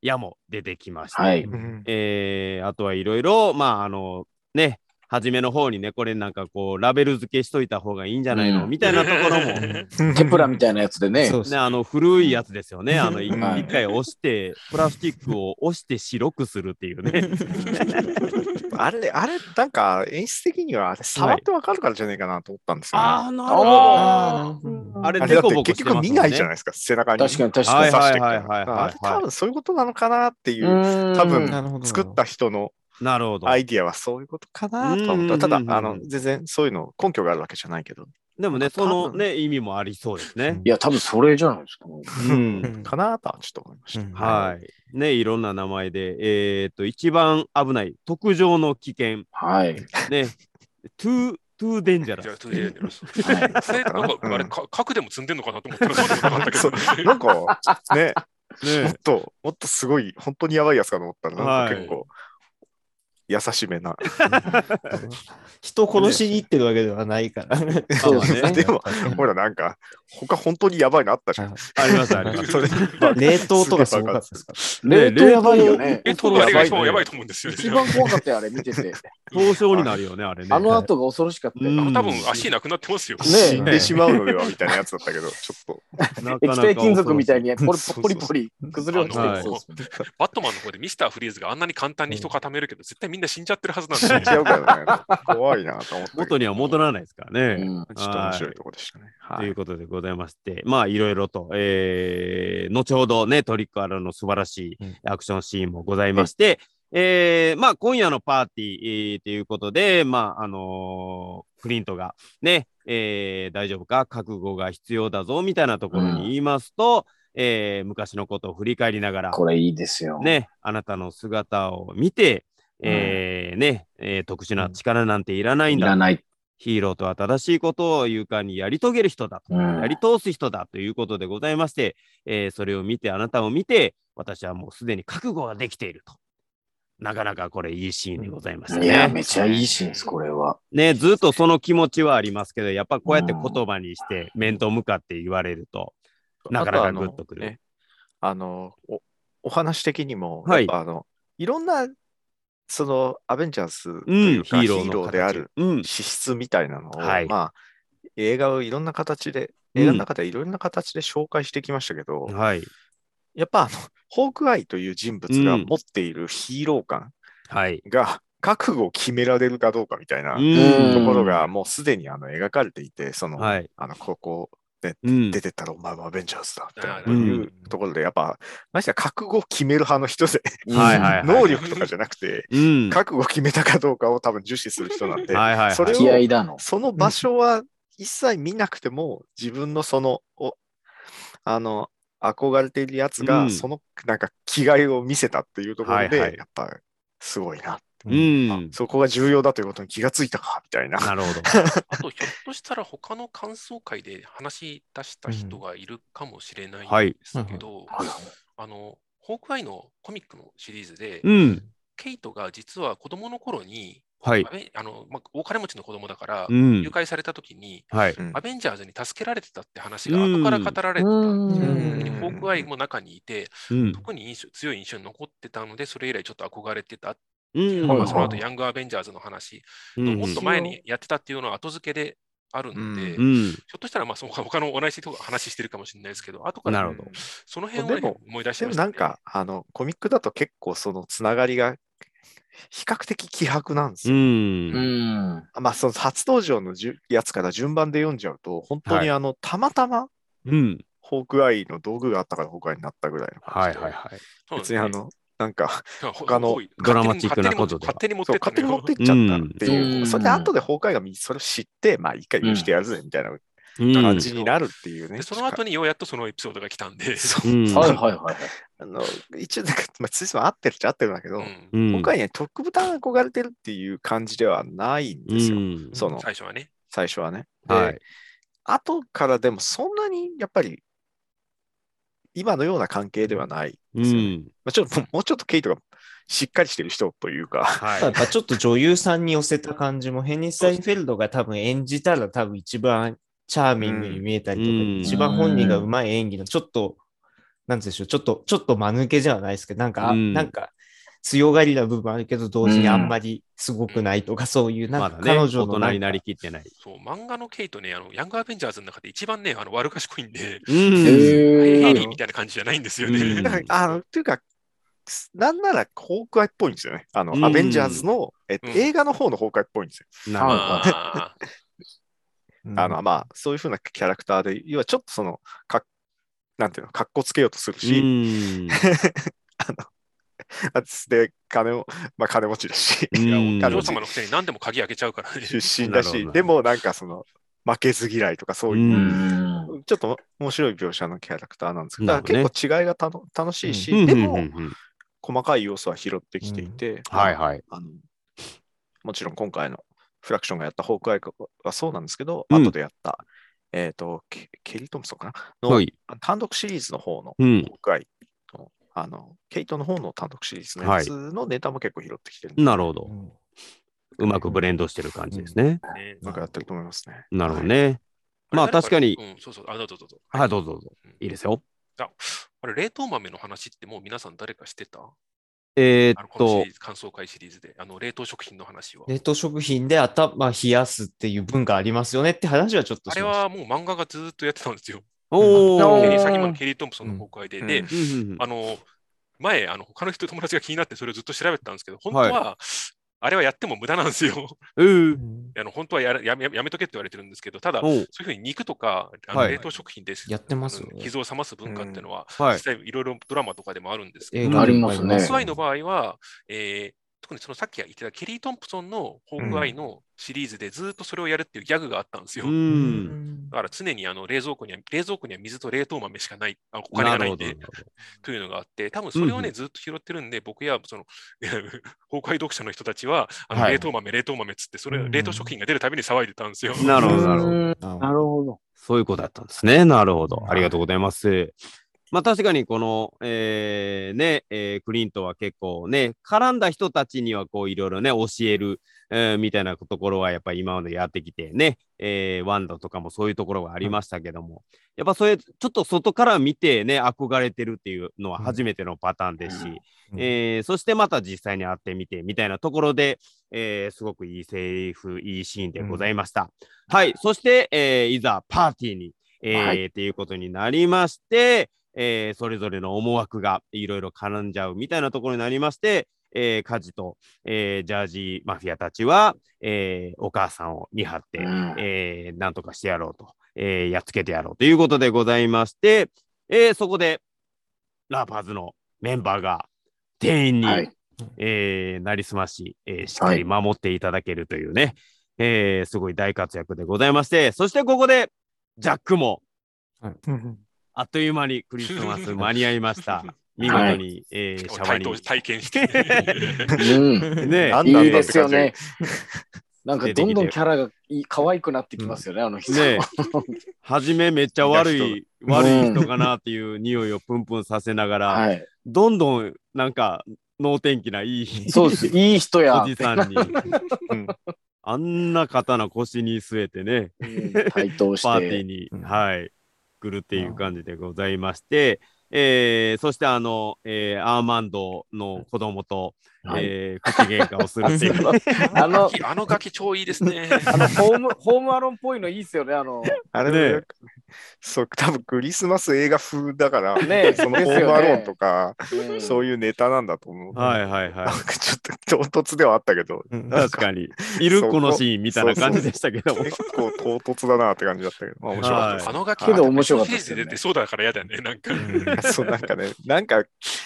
A: 矢も出てきました。
B: はい
E: うん
A: えーあとはいろいろ、まあ、あの、ね、初めの方にね、これなんかこう、ラベル付けしといた方がいいんじゃないの、
B: うん
A: みたいなところも、 ね、
D: も。
B: テプラみたいなやつでね
C: そうそう
A: あの、古いやつですよね。あの、い
E: はい
A: 一回押して、プラスチックを押して白くするっていうね。
E: あれ、あれ、なんか演出的にはあれ触ってわかるからじゃないかなと思ったんですよ、ね
A: ああ、なるほど。
B: あー
C: あ
A: あれ、
E: あれ
A: デ
E: だっ
A: コボ
E: て
A: コ
E: 結
A: してま
E: 局
A: す
E: 見
A: もんね。
E: ないじゃないですか、背中に。
B: 確かに確
A: は
B: か
A: い
B: に、
E: 刺してくる
A: はいはいはいはい
E: あれ多分そういうことなのかなっていう、
B: うん
E: 多分
C: なるほど。
E: 作った人の
A: なるほど。
E: アイディアはそういうことかなと思った。
A: うん
E: た
A: うんうん
E: だ、あの、全然そういうの根拠があるわけじゃないけど、
A: でも
E: な
A: ね、
E: んか多
A: その
E: 分
A: ね、意味もありそうですね。
B: いや、多分それじゃないですか
A: う
B: ね。
A: ん。
E: かなとはちょっと思いました。
C: うん
A: はい。ね、いろんな名前で、えーっと、一番危ない、特上の危険、
B: はい。
A: ね、 トゥー、トゥーデンジャラ
D: じゃあ、
A: ス。
D: とりあえずやり
B: は
D: ます。
B: い
D: それなんか、
E: うん
D: あれ、か核でも積んでんのかなと思ったら、そうでもなかったけ
E: そ
D: ど
E: う。 なんか、ね、も っ
A: ね、
E: と、もっとすごい、本当にやばいやつかと思ったら、なんか結構、優しめな。
C: 人殺しに行ってるわけではないから ね。
A: そうですね
E: でも ほら、なんか、他本当にやばいのあったじゃん。
A: あります、あります。
E: それ
C: 冷凍とかすごかったですから。
B: 冷凍やばいよね。
D: え、トロが
E: やばいね
D: 一番やばいと思うんですよね。
B: 一番怖かったよ、あれ見てて。
A: 凍傷になるよね、あれね。
B: あの後が恐ろしかった
A: う
B: よ
A: ん。
D: 多分足なくなってますよ。
E: 死ん
C: ね
E: でしまうのではみたいなやつだった けど、ちょっと。
A: なかな
B: 液
A: か
B: 体金属みた いにポリ
E: そうそう
B: ポリポリ崩れ落ちてきそうですね。
D: バットマンの方でミスターフリーズがあんなに簡単に人固めるけど、絶対みんな死んじゃってるはずなん
E: 死
D: です
E: んじ
D: よ。
E: ゃうからね。怖いなと 思って。
A: 元には戻らないですからね。
B: うん
E: ちょっと面白いとこでしたね。
A: と。
E: はいいう
A: ことでございまして、まあいろいろと、えー、後ほどね、トリックアラの素晴らしい
C: うん
A: アクションシーンもございまして、えー、まあ今夜のパーティー、えーということで、まああのークリントがね、えー、大丈夫か覚悟が必要だぞみたいなところに言いますと、えー昔のことを振り返りながら、
B: これいいですよ。
A: ね、あなたの姿を見て、えーね、えー特殊な力なんていらないん
B: い
A: だ
B: らない。
A: ヒーローとは正しいことを勇敢にやり遂げる人だ、
B: うん
A: やり通す人だということでございまして、えーそれを見て、あなたを見て、私はもうすでに覚悟ができていると。なかなかこれいいシーンでございました
B: いや、
A: ね。
B: めちゃいいシーンです、これは。
A: ね、ずっとその気持ちはありますけど、やっぱこうやって言葉にして、面と向かって言われると、なかなかグッとくる
E: ああのねあの、おお話的にも、
A: はい
E: やっぱあの、いろんな、その、アベンジャーズと
A: う
E: い
A: ん、
E: う
A: ヒ
E: か
A: ー
E: ヒ
A: ロー
E: ーロ
A: の
E: ーである
A: 形うん、
E: 資質みたいなのを、
A: はい
E: まあ、映画をいろんな形で、
A: うん
E: 映画の中でいろんな形で紹介してきましたけど、
A: はい、
E: やっぱあの、ホークアイという人物が
A: うん
E: 持っているヒーロー感
A: はい。
E: が、覚悟を決められるかどうかみたいな
A: う
E: と
B: ん
E: ころが、もうすでにあの描かれていて、その、
A: はい。
E: あの、高校
A: うん
E: 出てったらお前はアベンジャーズだみたいな
D: うん
E: いうところで、やっぱ、ましてや覚悟を決める派の人で、
A: はいはいはい
E: 能力とかじゃなくて、
A: うん。
E: 覚悟を決めたかどうかを多分重視する人なんで、
A: はいはいはい。
E: それを
B: 気合いだの。
E: その場所は一切見なくても、自分のその、おあの、憧れているやつ
A: う
E: が、
A: ん
E: そのなんか気概を見せたっていうところで、
A: はいはい
E: やっぱすごいな、
A: うん。
E: そこが重要だということに気がついたか、みたいな。
A: なるほど。
D: あと、ひょっとしたら他の感想会で話し出した人がいるかもしれない
A: は
D: ん
A: い
D: ですけど、あの、ホークアイのコミックのシリーズで、
A: うん。
D: ケイトが実は子供の頃に、
A: はい
D: ア。ベあのまあ、大金持ちの子供だから、
A: う
D: 誘
A: ん。
D: 拐された時に、
A: はい。
E: うん
D: アベンジャーズに助けられてたって話が後から語られてた。
B: うん
D: 特にホークアイも中にいて、
A: うん。
D: 特に印象強い印象に残ってたので、それ以来ちょっと憧れてたっ
A: うん。
D: ま
B: は
D: あ、
B: い
D: その後ヤングアベンジャーズの話、
A: うん
D: もっと前にやってたっていうのは後付けであるので、
E: う
A: う
D: ひ
A: ん。
D: ょっとしたらまあその他の同じ人が話してるかもしれないですけど、後から
A: なるほど
D: その辺をね、
E: でも
D: 思い出してま
E: でも
D: し
E: な
D: た、
E: ん
D: ね。
E: か、あの、コミックだと結構そのつながりが比較的希薄なんです
A: う。
E: よ。
B: うんん。
E: まあ、その初登場のじゅやつから順番で読んじゃうと、本当
A: はい
E: にあの、たまたま
A: うん。
E: ホークアイの道具があったからホークアイになったぐらいの
A: は
E: 感
A: い
E: じで
A: はいはい。
D: そうなんで
E: 別
D: す
E: に
D: ね
E: あの、なんか、
D: 他
E: の
A: ドラマチックなことでは
D: 勝手に持っ
E: そう
D: て
E: 勝手に持って
D: っ
E: っちゃったっていう、
B: うん
E: それで後で崩壊がみそれを知って、まあ一回許してやるぜみたいな
A: うん
E: 感じになるっていうね。
D: でその後にようやっとそのエピソードが来たんで、
E: そう
A: うん
B: はいはいはい。
E: あの一応なんか、まあ、ついつも合ってるっちゃ合ってるんだけど、
D: うん
A: うん
E: 今回ね、トックブタに憧れてるっていう感じではないんですよ、
A: うん
E: その
D: 最初はね。
E: 最初はね。で
A: はい。
E: 後からでもそんなにやっぱり今のような関係ではない。
A: うん。
E: まあ、ちょっともうもうちょっとケイトがしっかりしてる人というか、
A: は
C: やっ
A: い。
C: ぱちょっと女優さんに寄せた感じも、ヘンリー・スタインフェルドが多分演じたら多分一番チャーミングに見えたりとか、
A: うん
C: 一番本人がうまい演技のちょっと、なんていうんでしょう、ちょっと、ちょっと間抜けじゃないですけど、なんか、あ
A: うん
C: なんか強がりな部分あるけど、同時にあんまりすごくないとか、そういう、な
A: ま
C: んか
A: だね、
C: 彼
A: 大
C: 女の
A: 人
C: な
A: に
C: ん
A: な
C: か
A: りきってない。
D: そう漫画のケイトねあの、ヤングアベンジャーズの中で一番ね、あの悪賢いんで、
A: う
B: へ
A: ん。
D: ヘイ
B: え
D: リーみたいな感じじゃないんですよね。
A: う ん
E: だから あのというか、なんなら崩壊っぽいんですよね。あの、
A: うん
E: アベンジャーズの、えっと
D: うん
E: 映画の方の崩壊っぽいんですよ。
A: なる
D: まあ、
E: あの、まあ、そういうふうなキャラクターで、要はちょっとその、かなんていうの、かっこつけようとする
A: ほど。う
E: し、
A: ん。
E: で、金も、まあ、金持ちだし、
A: うん
E: お 金
D: お嬢
E: 持ち
D: 様のくせに何でも鍵開けちゃうからね。
E: 出身だ
A: なるほ
E: し
A: ど、
E: でもなんかその、負けず嫌いとかそういう、ちょっと面白い描写のキャラクターなんですけど、
A: なる
E: だ
A: ほ
E: か
A: どね
E: ら結構違いがたの楽しいし、
A: うん
E: で
A: うんう
E: も
A: んうん
E: 細かい要素は拾ってきていて、
A: はいはい。
E: あのもちろん今回のフラクションがやったホークアイはそうなんですけど、
A: うん
E: 後でやった、えっ、とケ、ケリー・トムソンかなの、
A: はい。
E: 単独シリーズの方の
A: うん。
E: ホークアイの、あの、ケイトの方の単独シリーズのやつのネタも結構拾ってきてるんで、
A: なるほ
C: う
A: ど。
C: ん
A: うまくブレンドしてる感じですね。
E: なんかやってると思いますね。
A: なるほどね。まあ確かに。
D: うん、そうそう。あ、どうぞどうぞ。
A: はい、どうぞどうぞ。いいですよ。
D: ああれ、冷凍豆の話ってもう皆さん誰かしてた
A: えー
D: あの
A: っ
D: この
A: と
D: シリー、ズ、感想会シリーズで、あの冷凍食品の話は。
C: 冷凍食品で頭冷やすっていう文化ありますよねって話はちょっと
D: あ
C: し
D: れ
C: ました
D: はもう漫画がずーっとやってたんですよ。
A: お
B: あ
D: ケリー
A: ー。
D: さん今のケリー・トンプソンの公開で。
E: うん
D: で、
E: うん
A: うんうん
D: あの、前、あの他の人、友達が気になってそれをずっと調べてたんですけど、本当は、あれはやっても無駄なんですよ。
A: うん。
C: うん
D: あの本当はやらやめやめとけって言われてるんですけど、ただ、
A: おー
D: そういうふうに肉とかあ
A: は
D: の
A: い
D: 冷凍食品です、
C: やってますよね
D: あの傷を冷ます文化っていうのは、
A: はい
D: 実。際いろいろドラマとかでもあるんですけ
C: 映
D: ど、
C: 画でも
B: ありますね
C: あり
D: ホークアイの場合は、えー特にそのさっき言ってたケリー・トンプソンのホークアイのシリーズでずっとそれをやるっていうギャグがあったんですよ。
A: う。
C: うんん
D: だから常にあの冷蔵庫には冷蔵庫には水と冷凍豆しかない、あお金がないんで
A: なるほど
D: というのがあって、多分それ
A: う
D: を
A: んう
D: ね、
A: ん
D: ずっと拾ってるんで、僕やその 崩壊読者の人たちは、あの
A: はい
D: 冷凍豆、冷凍豆っつって、それ
C: うん
D: 冷凍食品が出るたびに騒いでたんですよ。
A: なるほどなるほど。
B: ど。なるほど。
A: そういうことだったんですね。なるほど
C: は。い
A: ありがとうございます。まあ確かにこの、えーね、えークリントは結構ね、絡んだ人たちにはこういろいろね、教える、えーみたいなところはやっぱり今までやってきてね、えーワンダとかもそういうところがありましたけども、やっぱそういう、ちょっと外から見てね、憧れてるっていうのは初めてのパターンですし、
C: うん
A: えーそしてまた実際に会ってみてみたいなところで、えーすごくいいセリフ、いいシーンでございました。はい、そして、えーいざパーティーに、えー
B: は
A: っていうことになりまして、えーそれぞれの思惑がいろいろ絡んじゃうみたいなところになりまして、えーカジと、えージャージーマフィアたちは、えーお母さんを見張って、
B: うん
A: えーなんとかしてやろうと、えーやっつけてやろうということでございまして、えーそこでラーパーズのメンバーが店員に、
B: はい。
A: えーなりすまし、えーしっかり守っていただけるというね、えーすごい大活躍でございまして、そしてここでジャックもあっという間にクリスマス間に合いました。見事に、
B: は
A: えー
D: し
A: シャ
D: かも
A: バ
D: 体
A: に
D: 験体験して。
B: うん。
A: ね
E: なんだろう
B: い
E: っ
B: いで
E: て感じ
B: すよね。なんかどんどんキャラがいい可愛くなってきますよね、あの人。
A: ね初めめっちゃ悪
E: い
A: い悪い人かなっていう匂いをプンプンさせながら、
B: はい。
A: どんどんなんか能天気ないい
B: そうです。いい人や
A: お。じさんに、
E: うん
A: あんな刀腰に据えてね
B: うん対等して。
A: パーティーに、
C: うん
A: はい来るっていう感じでございまして、えーそしてあの、えーアーマンドの子供と、
B: はい
A: えー口喧嘩をするって いう。
B: あの、
D: あのガキ超いいですね。
B: あのホーム、 ホームアロンっぽいのいいですよね、あの。
E: あれも
A: ねえ
E: よくそう、多分クリスマス映画風 だから、
B: ねえ
E: その
B: で
E: ホ
B: すよね
E: ームアローンとか、
B: うん
E: そういうネタなんだと思う。
A: はいはいは
E: なんかちょっと唐突ではあったけど、
C: うん
A: 確
E: なんか
A: かに。いる
E: そこ
A: このシーンみたいな感じでしたけども。
E: 結構唐突だなって感じだったけど、まあ面白かった
A: は
E: で
A: い
E: す
D: あのガキ
B: けど面白かった
D: シ
B: で
D: リー
B: す
D: ズ
B: よ
D: で
B: ね
D: 出てそうだから嫌だね。なんか。
E: そう、なん かね、なんか、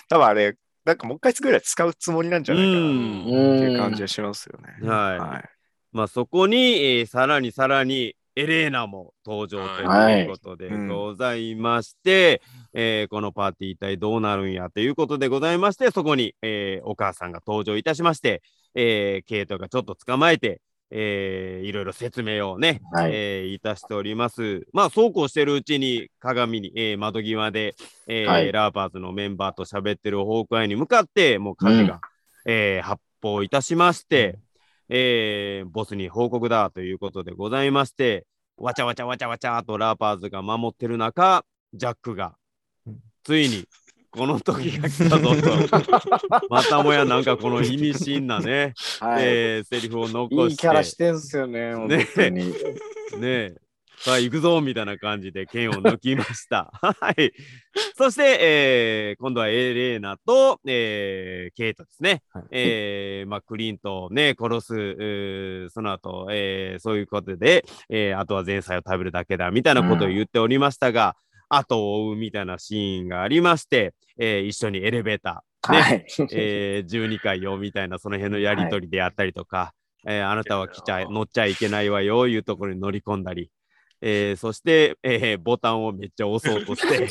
E: 多分あれ、なんかもう一回作ぐらい使うつもりなんじゃないかな
A: うん
E: って
B: う
E: い
B: ん
E: う感じがしますよね。
A: はい
E: はい。
A: まあそこに、えーさらにさらにエレーナも登場と
D: はい
A: いうことでございまして、えーこのパーティー一体どうなるんやということでございましてそこに、えーお母さんが登場いたしまして、えー、ケイトがちょっと捕まえて、えーいろいろ説明をね、
B: はい。
A: えーいたしております。まあそうこうしてるうちに鏡に、えー窓際で、えー
B: はい
A: ラーパーズのメンバーと喋ってるホークアイに向かってもう火事が、えー発砲いたしまして、えーボスに報告だということでございましてわちゃわちゃわちゃわちゃとラーパーズが守ってる中ジャックが
C: うん
A: ついにこの時が来たぞ とまたもやなんかこの意味深なね、
B: はい。
A: えーセリフを残して
B: いいキャラしてんすよね、本
A: ね
B: 当に。
A: ねえ。さあ行くぞみたいな感じで剣を抜きま した。はい。そして、えー今度はエレーナと、えーケイトですね。
C: はい
A: えーまあ、クリントをね、殺す、えーその後、えーそういうことで、えーあとは前菜を食べるだけだみたいなことを言っておりましたが、後を追うみたいなシーンがありまして、えー一緒にエレベーター、
B: はい。
A: えー12回よみたいなその辺のやり取りであったりとか、えーあなたは来ちゃ
D: い
A: い
D: やー
A: 乗っちゃいけないわよいうところに乗り込んだり、えーそして、えーボタンをめっちゃ押そうと して、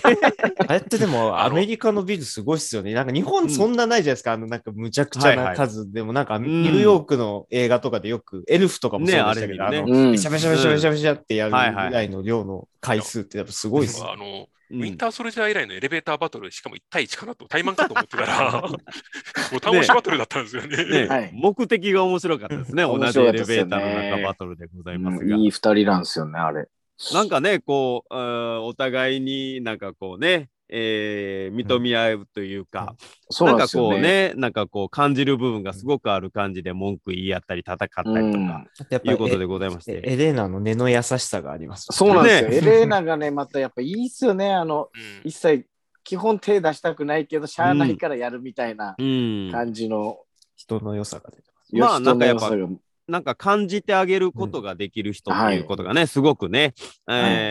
C: あれってでも、
D: あ
C: ア
D: の
C: メリカのビルすごいっすよね。なんか日本そんなないじゃないですか。あの、なんかむちゃくちゃ
A: はいは
C: ない数でも、なんか
A: ん
C: ニューヨークの映画とかでよく、エルフとかもそう
A: ね
C: でした
A: あ
C: け
A: れ
C: ど、
A: 見
C: あ
A: るね
C: の、
B: うん
C: べしゃべしゃべしゃべしゃべしゃってやる
A: はいはい
C: ぐらいの量の回数ってやっぱすごいっすよ
D: あの
A: うん
D: ウィンターソルジャー以来のエレベーターバトルでしかも1対1かなと対マンかと思ってたらボタン押しバトルだったんですよね。
A: ね
B: はい
A: 目的が面白かったですね。同
B: 面
A: じ
B: 白
A: エ
B: かった
A: レ
B: です
A: ベ
B: よ
A: ー
B: ね
A: ターの中バトルでございます
B: うん
A: が。
B: いい二人なんですよね、あれ。
A: なんかね、こう、うんお互いになんかこうね、えー認め合うというか、
B: そう
A: なん
B: なんで
A: か
B: すよ
A: こう
B: ね。
A: ね、なんかこう感じる部分がすごくある感じで文句言い合ったり戦ったりとか、
B: うん
C: やっぱ
A: い
C: り
A: うことでございまし
C: え
A: て。
C: エレーナの根の優しさがあります。
B: そうなんですよ。
A: ね
B: エレーナがね、またやっぱいいっすよね。あの、
D: うん
B: 一切基本手出したくないけど、しゃあないからやるみたいな
A: うん、
B: 感じの。
C: 人の良さが出てます。
A: まあなんかやっぱ
B: 良さが
A: なんか感じてあげることができる人っていうことがね、すごくね、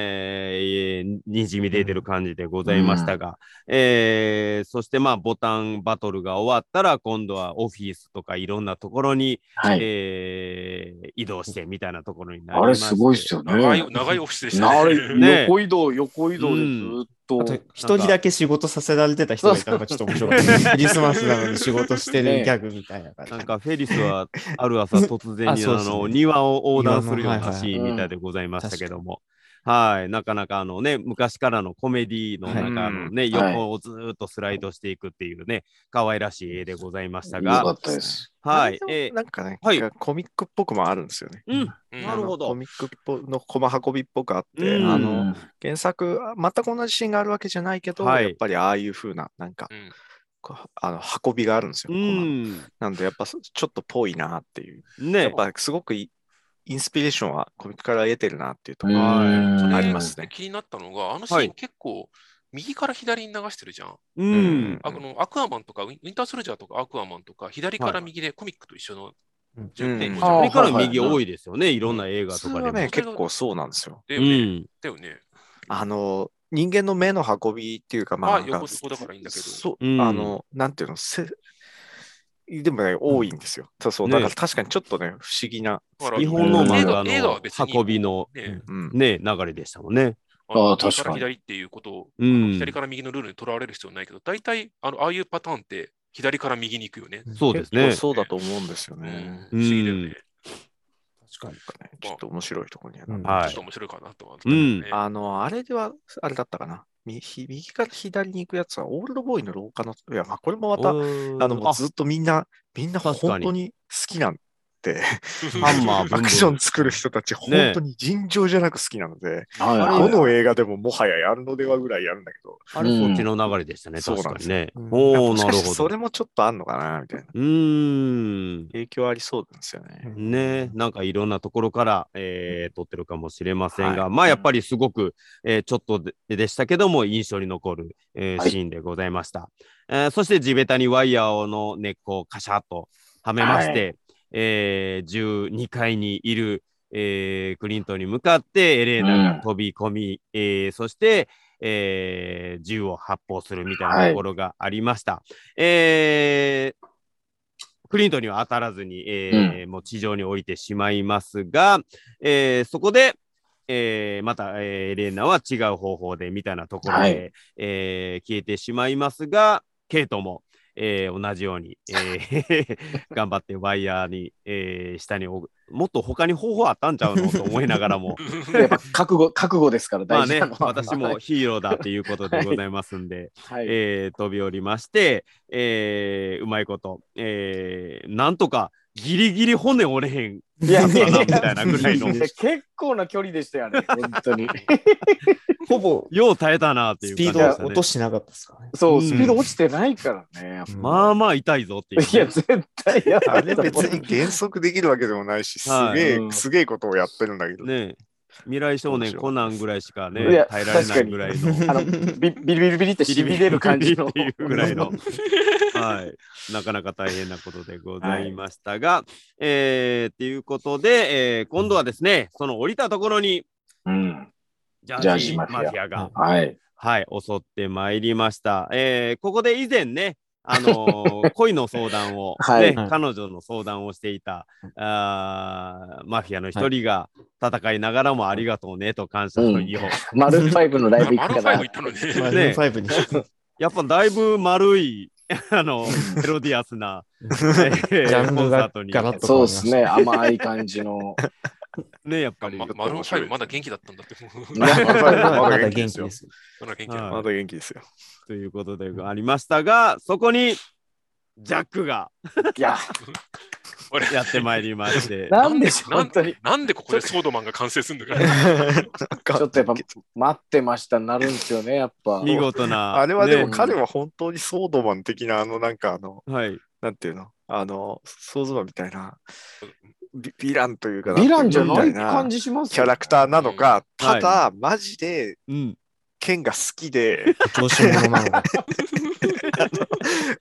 A: えーにじみ出てる感じでございましたが、えーそしてまあボタンバトルが終わったら今度はオフィスとかいろんなところに、
B: はい。
A: えー移動してみたいなところになり
B: あ
A: ま
B: れ
A: して
B: すごいっすよね。
D: 長い長いオフィスでした
B: なあ
D: ね。
A: ね
B: れ横移動、横移動でずーっと。
C: あと、一人だけ仕事させられてた人がいたのがちょっと面白かった。クリスマスなのに仕事してるギャグみたいな
A: な
C: 感
A: ん
C: じ。
A: かフェリスはある朝突然
C: あ
A: にあ
C: そうですね
A: の庭を横断するような
C: 庭の
A: シ
B: い
A: ー
B: はい
A: ンみたいでございましたけども。はい、なかなかあのね、昔からのコメディの中のね、
B: はい
A: 横をずーっとスライドしていくっていうね、可愛らしい絵でございました
B: 良か
A: が、
B: ったです。
A: はい
E: で、も
A: えー
E: なんかね、
A: はい
E: なんかコミックっぽくもあるんですよね。
A: うん、
D: うん
A: なるほど
E: あのコミックっぽのコマ運びっぽくあって、
A: うん
E: あ
B: う
E: の
B: ん
E: 原作、あ全く同じシーンがあるわけじゃないけど、
A: はい
E: やっぱりああいう風な、なんか、
D: うん
E: こうあの運びがあるんですよ。
A: う
E: コマの
A: ん、
E: なんで、やっぱそちょっとぽいなっていう。や
A: ね
E: っ、ぱすごくいインスピレーションはコミックから得てるなっていうところ
A: は
E: が
A: い
B: うん
E: ありますね。
D: 気になったのが、あのシーン、
A: はい
D: 結構右から左に流してるじゃん。
A: う、
E: うん
D: あこのアクアマンとか、ウィンウィンターソルジャーとかアクアマンとか、左から右でコミックと一緒の
C: うん
D: 順転
E: うん
A: それ
B: あ
A: から
B: はいはい
A: 右多いですよね、いろんな映画
E: そ
A: とか
E: れ
A: で
E: は
A: も
E: ね、。結構そうなんですよ。
D: だ
A: う
D: よね。
A: ん、
D: だよね。
E: あの、人間の目の運びっていうか、ま
D: ま
E: あ
D: あ、
E: なんか、
D: 横そこだからいいんだけど
E: そう、
A: うん
E: あの、なんていうの、せでもね、多いんですよ。そうそう、
A: ね
E: だから確かにちょっとね、不思議な。
D: だから
A: 日本の漫画
D: 映画は
A: の
D: 別に
A: 運びの
D: ね、
E: うん
A: ね、流れでしたもんね。
B: ああ
D: の右
B: 確
D: ら
B: かに
D: 左っていうことを、
A: うん
D: 左から右のルールにとらわれる必要ないけど、大体あのああいうパターンって左から右に行くよね。
A: そうですね。
E: そうだと思うんですよ
D: うん
E: ね。
D: 不思議だよね。
C: 確かに。
E: なんかねちょっと面白いところにはな
C: うん
A: は
D: ちょっ
A: い
D: と。面白いかなとは。
A: うん
D: ね
E: あの、あれでは、あれだったかな。みひ右から左に行くやつは、オールドボーイの廊下の、いや、まあ、これもまた、あの、もうずっとみんな、みんな
A: 確かに
E: 本当に好きなんで、
A: ハン マー
E: ア クション作る人たち、本当に尋常じゃなく好きなので、
B: はい
A: あれ
E: ど
B: はい
E: の映画でももはややるのではぐらいやるんだけど、
A: あれ、そっちの流れでしたね、
E: そう
A: 確
E: な
A: かに
E: んです
A: ね。
C: うん
E: いや
A: おお
E: もし
A: な
E: か
A: る
E: し
A: ほ
E: て
A: ど。
E: それもちょっとあんのかな、みたいな。
A: うーん。
E: 影響ありそうなんですよね。
A: ね、なんかいろんなところから、えー撮ってるかもしれませんが、まあやっぱりすごく、えーちょっとででしたけども印象に残る、えー
B: はい
A: シーンでございました、えーそして地べたにワイヤーの根っこをカシャッとはめまして、えー12階にいる、えークリントンに向かってエレーナが飛び込み、えーそして、えー銃を発砲するみたいなところがありました。えークリントンには当たらずに、えーもう地上に降りてしまいますが、えーそこで、えーまた、えーエレーナは違う方法でみたいなところで、
B: はい
A: えー消えてしまいますが、ケイトも、えー同じように、え ー頑張ってワイヤーに、えー下におもっと他に方法あったんちゃうのと思いながらも、
B: やっぱ覚悟、覚悟ですから
A: まあ
B: 大事
A: ね
B: なの、は。
A: 私もヒーローだっていうことでございますんで、
B: はい。
A: えー飛び降りまして、えーうまいこと、えーなんとかギリギリ骨折れへん
B: いや、
A: み
B: いやい
A: たいなぐらいの
B: や、 結構な距離でしたよね、本当に。
C: ほぼ
A: よう耐えたなってい
C: ス
A: う
C: ピー
A: 感じ
C: ド
A: で
C: は
A: した
C: 落
A: ね
C: と。しなかったですからね。
B: そうう、
A: ん
B: スピード落ちてないからね。
A: まあまあ痛いぞっていうね、
B: いや、絶対やば
E: あ
B: い
E: れ
B: と思
E: 別
B: う
E: に減速できるわけでもないし、す
A: はい
E: げえ、
B: うん
E: すげえことをやってるんだけど。
A: ねえ未来少年コナンぐらいしか
B: い
A: ね
B: や
A: 耐えられないぐらいの
B: あのビビリビリビリってしびれる感じの
A: ビリビリっていうぐらい のはい、なかなか大変なことでございましたが、えーっていうことで、えー今度はですねその降りたところに
B: うん
A: ジャ
B: ジャ
A: ー
B: ー
A: ジ
B: ジ
A: ー
B: ー
A: マ
B: マ
A: フ
B: フィ
A: ィ
B: ア
A: アが
B: はい
A: はい、襲ってまいりました。えーここで以前ね、あのー恋の相談を、
E: はい
A: ね彼女の相談をしていたあーマフィアの一人が戦いながらもありがとうねと感謝の意を、
B: マルーンファイブのライブ行
D: マ
B: っ
D: ル
B: た
D: ー
B: か
D: ンファイ
B: ら
D: ブ行ったのに。
C: マ
A: ね
C: ルーンファイブに。
A: やっぱだいぶ丸い あのメロディアスな、えー
C: ジャン
A: コ
C: ル
A: ンサ
C: が
A: ートに
C: ガラッと変
B: そうで
C: わりまし
B: す
C: た。
B: ね甘い感じの
A: ねやっぱり
D: ま、マルーンファイブまだ元気だったんだって。
E: マルーンファイブ
C: ま
E: ま
C: だま
E: だ
C: だ
E: 元
C: 元
E: 気で
C: 気
E: すよ
C: で。す。
D: まだ元気だ
A: はい
E: まだ元気ですよ。
A: ということでありましたがそこにジャックが
B: いや
D: 俺
A: やってまいりまして
B: なんでしょう
D: なん
B: 本当に
D: なんでここでソードマンが完成するんだか
E: ち
B: ちょっとやっぱ待ってましたになるんですよねやっぱ
A: 見事な
E: あれはでも
A: ね
E: 彼は本当にソードマン的な、あの、なんかあの、
A: はい
E: なんていうの、あの、ソードマンみたいな、ヴィヴィランというか、
B: ヴィランじゃない感
E: じ。
B: じします
E: キャラクターなのか、
A: は
E: た
A: い
E: だ、マジで、
A: うん
E: 剣が好きで、
C: 調子者なのが。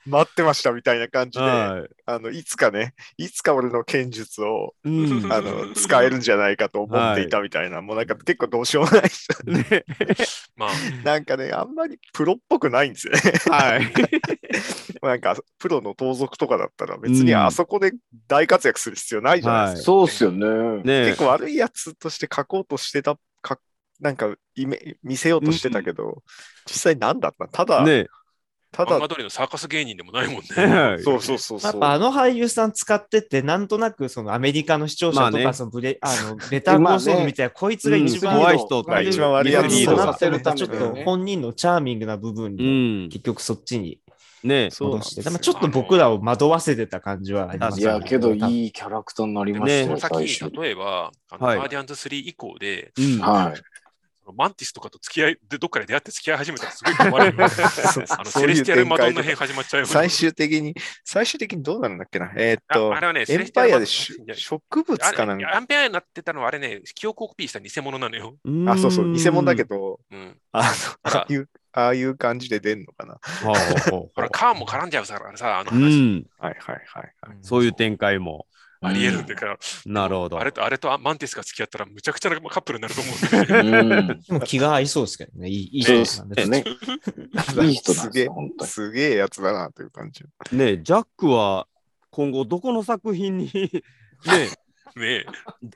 E: 待ってましたみたいな感じで、あ
A: はい
E: の、いつかね、いつか俺の剣術を、
A: うん
E: あの、使えるんじゃないかと思っていたみたいな、もうなんか結構どうしようもない人。
A: ね
D: まあ、
E: なんかね、あんまりプロっぽくないんですよね。
A: はい
E: なんか、プロの盗賊とかだったら、別に
A: うん
E: あそこで大活躍する必要ないじゃないですか。
B: そうっすよね
A: ね
E: 結構悪いやつとして書こうとしてた、かなんかイメ見せようとしてたけど、実際なんだったただ、
A: ね
E: た
D: 漫画、
E: だ
D: 通りのサーカス芸人でもないもんね。
A: はい
E: そうそうそう
C: やっ
E: そう。
C: ぱあの俳優さん使ってて、なんとなくそのアメリカの視聴者と
A: まあね
C: か、そのブレ、あの、レター放送みたいな、こいつが一
A: うん
C: 番
A: 怖い人
E: まあ一番悪いやつ
C: リ
E: リ
C: ー
E: ー
C: ド
E: ド
C: な
E: さ
C: って
E: せ
C: る
E: る
C: か
E: た
C: らちょ
E: め
C: っ
E: だよね
C: と本人のチャーミングな部分
A: う
C: に、
A: ん
C: 結局そっちに
A: ね
E: そうなん
C: 戻
E: で
C: し
E: す
C: て、
E: よ
C: でもちょっと僕らを惑わせてた感じはあります
B: い
C: よね
B: やけどいいキャラクターになり
D: で
B: ま
D: も
B: し
D: そ
B: た
D: の
B: よ、最
D: 先、
B: 初
D: 例えば、あの
A: はい
D: ガーディアンズ3以降で、
A: うん
B: はい
D: マンティスとかと付き合いで、どっかで出会って付き合い始めたらすごい困るよ。 あのセレスティアルマドンナ編始まっちゃうよ。
E: 最終的に、最終的にどうなるんだっけなえーっと
D: ああ、れはね、
E: エ
D: セレ
E: ン
D: スティア
E: パ
D: ル
E: イ
D: マ
E: ア
D: ドンナ
E: でし
D: いや
E: 植物
D: あれ
E: かなん
D: ア
E: か。
D: ンペアになってたのはあれね、記憶をコピーした偽物なのよ。
A: うん
E: あ、そうそう、偽物だけど、
D: うん。
E: あ
D: あ
E: の、ああいう、ああいう感じで出んのかな。
A: ほうほうほう
D: ほら、カーンも絡んじゃうからさ、あの
A: う
D: 話。
A: ん
E: はいはいはいはい。
A: そういう展開も
D: ありえるんだから、
A: なるほど
D: あれとあれとあマンティスが付き合ったらむちゃくちゃなカップルになると思うんだよ ね
B: うん
C: でも気が合いそうですけどね、い いいい人なんで
B: ですす
C: ね。
B: ね。いい人なんです
E: すげえ
B: よ、本当に。
E: すげえやつだなという感じ。
A: ねジャックは今後どこの作品に ね
D: ねえ。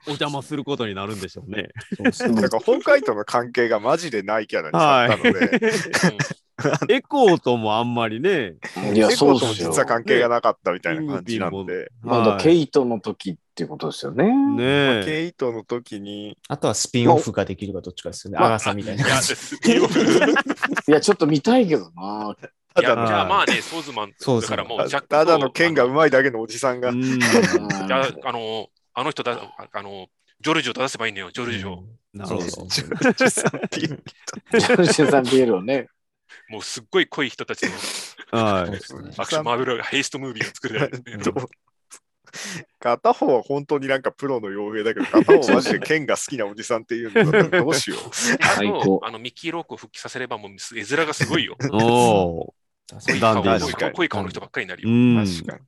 A: お邪魔することになるんでしょう ね。
C: そうですね
E: だから、本海との関係がマジでないキャラにされたの で、
A: エコーともあんまりね。
B: いや、
E: エ
B: そ
E: コ
B: う
E: ー
B: っ
E: とも
B: すよ
E: 実。は関係がなかったみたいな感じなんで、
B: まだケ
A: イ
B: イトの時っていうことですよね。
A: ねえ。
E: ケイトの時に、
C: あとはスピンオフができるかどっちかですよね。アガサみたいな
D: や
C: 感じ。
D: い
B: いや、ちょっと見たいけどな。
E: た
D: や
E: だ
D: じ
E: の、
D: ゃあまあね、ソーズマン
C: そう
D: だからもうジャックと
E: ただの剣がうまいだけのおじさんが
A: う、ん
B: うん
D: じゃあ、あの、あの人だ、あの、ジョルジョ出せばいいのよ、ジョルジョ。も
A: なるほ
C: そ
A: ど
C: う。
E: ジョージさんっていう
B: ジョルジェさんビエルをね。
D: うすっごい濃い人たち の
A: は
C: そう
A: い。
C: ですね
D: アクションマーベルヘイストムービーを作るやつね。
E: どう片方は本当になんかプロの傭兵だけど、片方はマジで剣が好きなおじさんっていうのだったらどうしよう。
D: あ
B: 最高
D: と、あの、ミッキー・ロークを復帰させれば、もう、絵面がすごいよ。
A: おお。
D: 濃い
A: ダン
D: 顔
A: ディー
D: 濃い
E: 確か
D: 顔
E: に
D: 濃い顔の人ばっかりになる
A: う
D: よ。
A: ん。
E: 確かに。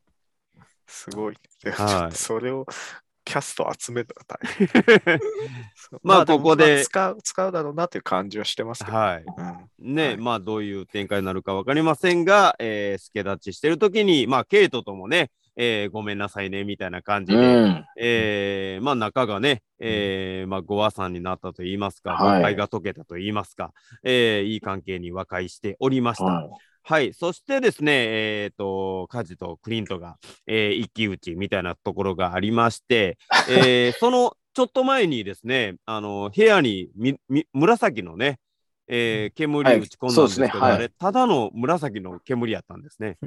E: すごい。でもちょっと
A: はい
E: それをキャスト集めたら大変。
A: まあ
E: でも
A: ここで
E: まあ使う使うだろうなっていう感じはしてますけど。
A: はい。
E: うん
A: ね、
E: はい
A: まあどういう展開になるかわかりませんが、えー、助立ちしてる時に、まあケイトともね、えー、ごめんなさいね、みたいな感じ
B: う
A: で、
B: ん。
A: えーまあ仲がね、えーまあご和さんになったと言いますか、
B: はい
A: 和解が解けたと言いますか、えーいい関係に和解しておりました。
B: は
A: はい、そしてですね、えっ、と、カジとクリントが、えー一騎打ちみたいなところがありま して、えーそのちょっと前にですね、あの部屋にみみ紫のね、えー煙
B: はい
A: 打ち込んだんですけど、
B: そうですねはい
A: あれ、ただの紫の煙やったんですね。
B: い。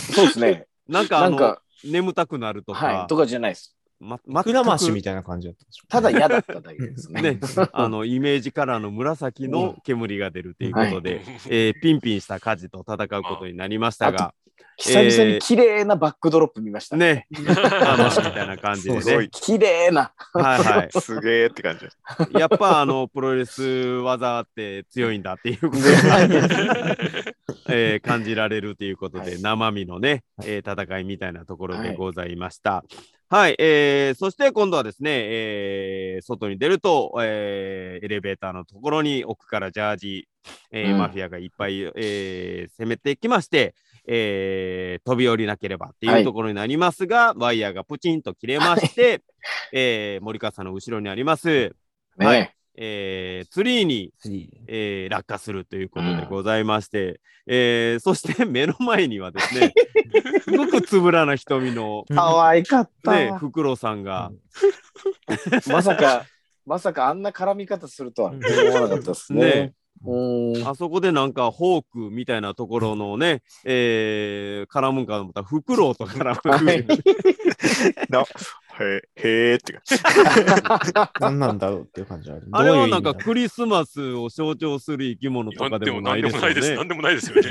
B: そうですね。
A: なんか、
B: な
A: あ
B: ん
A: の
B: か、
A: 眠たくなるとか、
B: はい。とかじゃないです。
A: ま、ま
C: 膨らましみたいな感じだったんでしょう
B: ただ
C: ね
B: 嫌だっただけです
A: ね
B: ね。、
A: あのイメージカラーの紫の煙が出るということで、
D: はい
A: えーピンピンした火事と戦うことになりましたが、
B: 久々に綺麗なバックドロップ見ました。
A: ね、あのみたいな感じで
C: そ う
E: すご
A: ね
E: い、
B: 綺麗な。
A: はいは
E: すげえって感じ。
A: い、 やっぱあのプロレス技って強いんだっていう ことが、 えー感じられるということで、
B: はい
A: 生身のね、えー戦いみたいなところでございました。はい、えーそして今度はですね、えー外に出ると、えーエレベーターのところに奥からジャージえー
B: うん
A: マフィアがいっぱい、えー攻めてきまして、えー飛び降りなければって
B: は
A: いう
B: い
A: ところになりますが、ワイヤーがプチンと切れまして、えー森川さんの後ろにあります、
B: ね、
A: はいえーツリーに
C: 次
A: えー落下するということで
B: うん
A: ございまして、えーそして目の前にはですねすごくつぶらな瞳の、
B: 可愛かったわ、
A: ね、フクロウさんが、
B: まさかまさかあんな絡み方するとは思わなかったですね
A: ね。
B: うん
A: あそこでなんかフォークみたいなところのね、えー絡むんかと思ったらフクロウと絡む、
B: はい
E: なへへーって感じ。
C: 何なんだろうっていう感じはある。
A: あれはなん
C: どういう意
A: か
C: 味だ
A: クリスマスを象徴する生き物とか
D: 何
A: で
D: で
A: も
D: も
A: な
D: 何
A: い
D: で
A: で
D: も
A: す
D: ないです。
A: よね。
D: 何でもないですよね。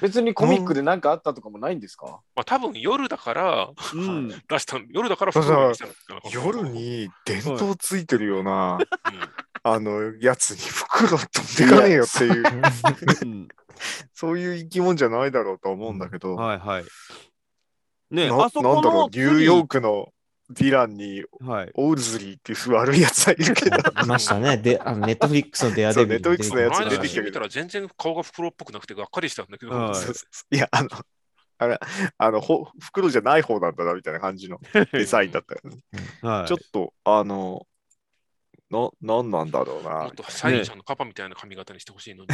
B: 別にコミックで何かあったとかもないんですか
D: まあ多分夜だから
A: うん、
D: 出したん夜だから
E: そうそう
D: 服を着たのかな
E: 夜に電灯ついてるよう
D: う
E: な、
D: ん
E: あのやつに袋飛んでかねえよっていう、
A: うん
E: そういう生き物じゃないだろうと思うんだけど、
A: はいはい。ね
E: な
A: あそこ
E: なんだろう
A: の、
E: ニューヨークのヴィランに
A: ク、はい、
E: オールズリーっていう悪いやつはいるけど、
C: いましたね。で、あのネットフリックスのデアデビルに出てき
E: そう
C: た。
E: ネッ
D: 前
E: トフ
D: の
E: リックスのやつが出
D: 出
E: て
D: て
E: き
D: き
E: たけど
D: たら全然顔が袋っぽくなくてがっかりしたんだけど、
A: はい
E: そうそういや、あの、あれ、あの、ほ袋じゃない方なんだなみたいな感 じのデザインだったからね、
A: はい
E: ちょっと、あの、な、なんなんだろう
D: も
E: な
D: っ。とサインちゃんのパパみたいな髪型にしてほしいのに、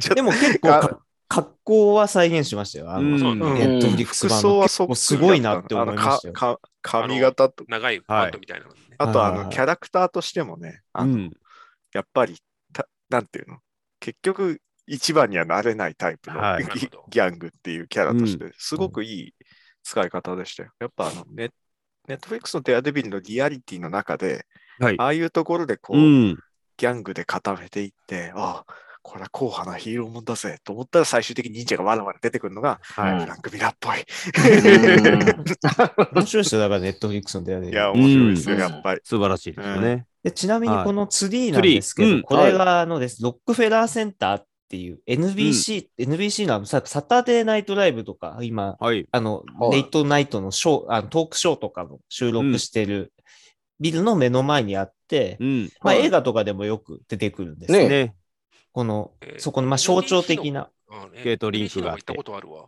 E: ち ょっ
C: でも結構か格好は再現しましたよ。あ
A: う
C: の
A: ん
D: そう
E: う
C: ネ
E: ん
C: ットフリックス
E: 服
C: 版
E: 装
C: の
E: は
C: 結
E: そっく
C: 構
E: り
C: すごいなって思いましたよ
E: あ。のかか髪型と、
D: 長いバットみたいなのね。
E: あと、あ
C: はいはい
E: の、
C: はい
E: キャラクターとしてもね、あ
A: う
E: の
A: ん
E: やっぱりた、なんていうの、結局、一番にはなれないタイプの、
A: はい
E: ギギャングっていうキャラとして、すごくいい使い方でしたよ。やっぱあのネ、ネットフリックスのデアデビルのリアリティの中で、
A: はい
E: ああいうところでこう、
A: うん
E: ギャングで固めていって、ああ、これは硬派なヒーローもんだぜと思ったら最終的に忍者がわらわら出てくるのが、
A: はい
E: フランク・ミラーっぽい。
C: 面白いですよ。だからネットフリックスのデアデビ
E: い
C: ル
E: や、。面白いです
B: う
E: よ、
B: ん
E: やっぱり。
A: 素晴らしいですよね。
C: でちなみに
A: はい
C: このツリーなんですけど、
A: ツリーうん
C: これがあのです、ロックフェラーセンターっていう NBC、NBC のあのさサタデーナイトライブとか、今、
A: はい。
C: あの、
B: はい
C: レイトナイトのショー、あのトークショーとかも収
A: うん
C: 録してるビルの目の前にあって、
A: うん。
C: ま
B: は
C: あ、
B: い
C: 映画とかでもよく出てくるんですね。
B: ね
A: ね。
C: この
D: え、ー
C: そこの、まあ、象徴的な、
D: あのね
A: ゲートリンクがあっ
D: NBC
A: て
D: の方行ったことあるわ。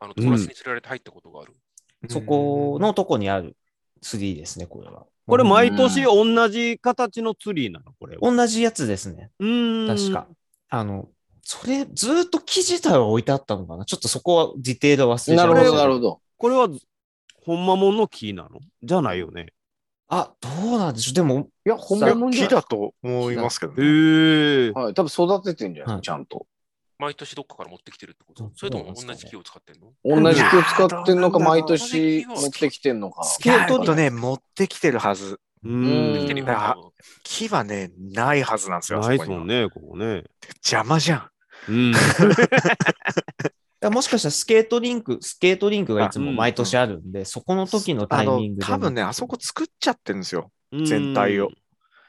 D: あの友達に連れられて入ったことがある。
C: そこのとこにあるツリーですね、これは。
A: これ
C: も
A: 毎年同じ形のツリーなのこれは。
C: 同じやつですね。
A: うーん
C: 確か。。あの、それ、ずーっと記事自体は置いてあったのかなちょっとそこはディテールは忘れちゃ
B: ないる
C: ま
B: ほ
C: したけ
B: どなるほど。
A: これは、ほんまもんの木なのじゃないよね。
C: あ、どうなんでしょう。でも、
B: いや
E: い
B: 本
E: や
B: 物じゃ
E: 木
B: ない
E: だと思いますけど
A: へ
E: ね。
A: え。
B: はい、多分育ててんじゃない、
C: はい
B: ちゃんと。
D: 毎年どっかから持ってきてるってことそれとも同じ木を使ってんの
B: 同じ木を使ってんのか、
E: いやー
B: 毎年持ってきてんのか。
C: ス
E: い
C: ケ
E: や
C: ー
E: ち
C: ト
E: ょっ
C: に
E: とね、持ってきてるはず。
A: う
D: 持ってきて
A: ー
D: る
A: ん。
D: よ
A: な
E: あ木はね、ないはずなんですよ。あそこ
A: い
E: に
A: っ
E: は
A: すもんね、ここね。
E: 邪魔じゃん。
A: うん。
C: いやもしかしたらスケートリンク、スケートリンクがいつも毎年あるんで、そこの時のタ
E: あ
C: イ
E: の
C: ミングで。
E: 多分ね、あそこ作っちゃってるんですよ。
A: うん
E: 全体を。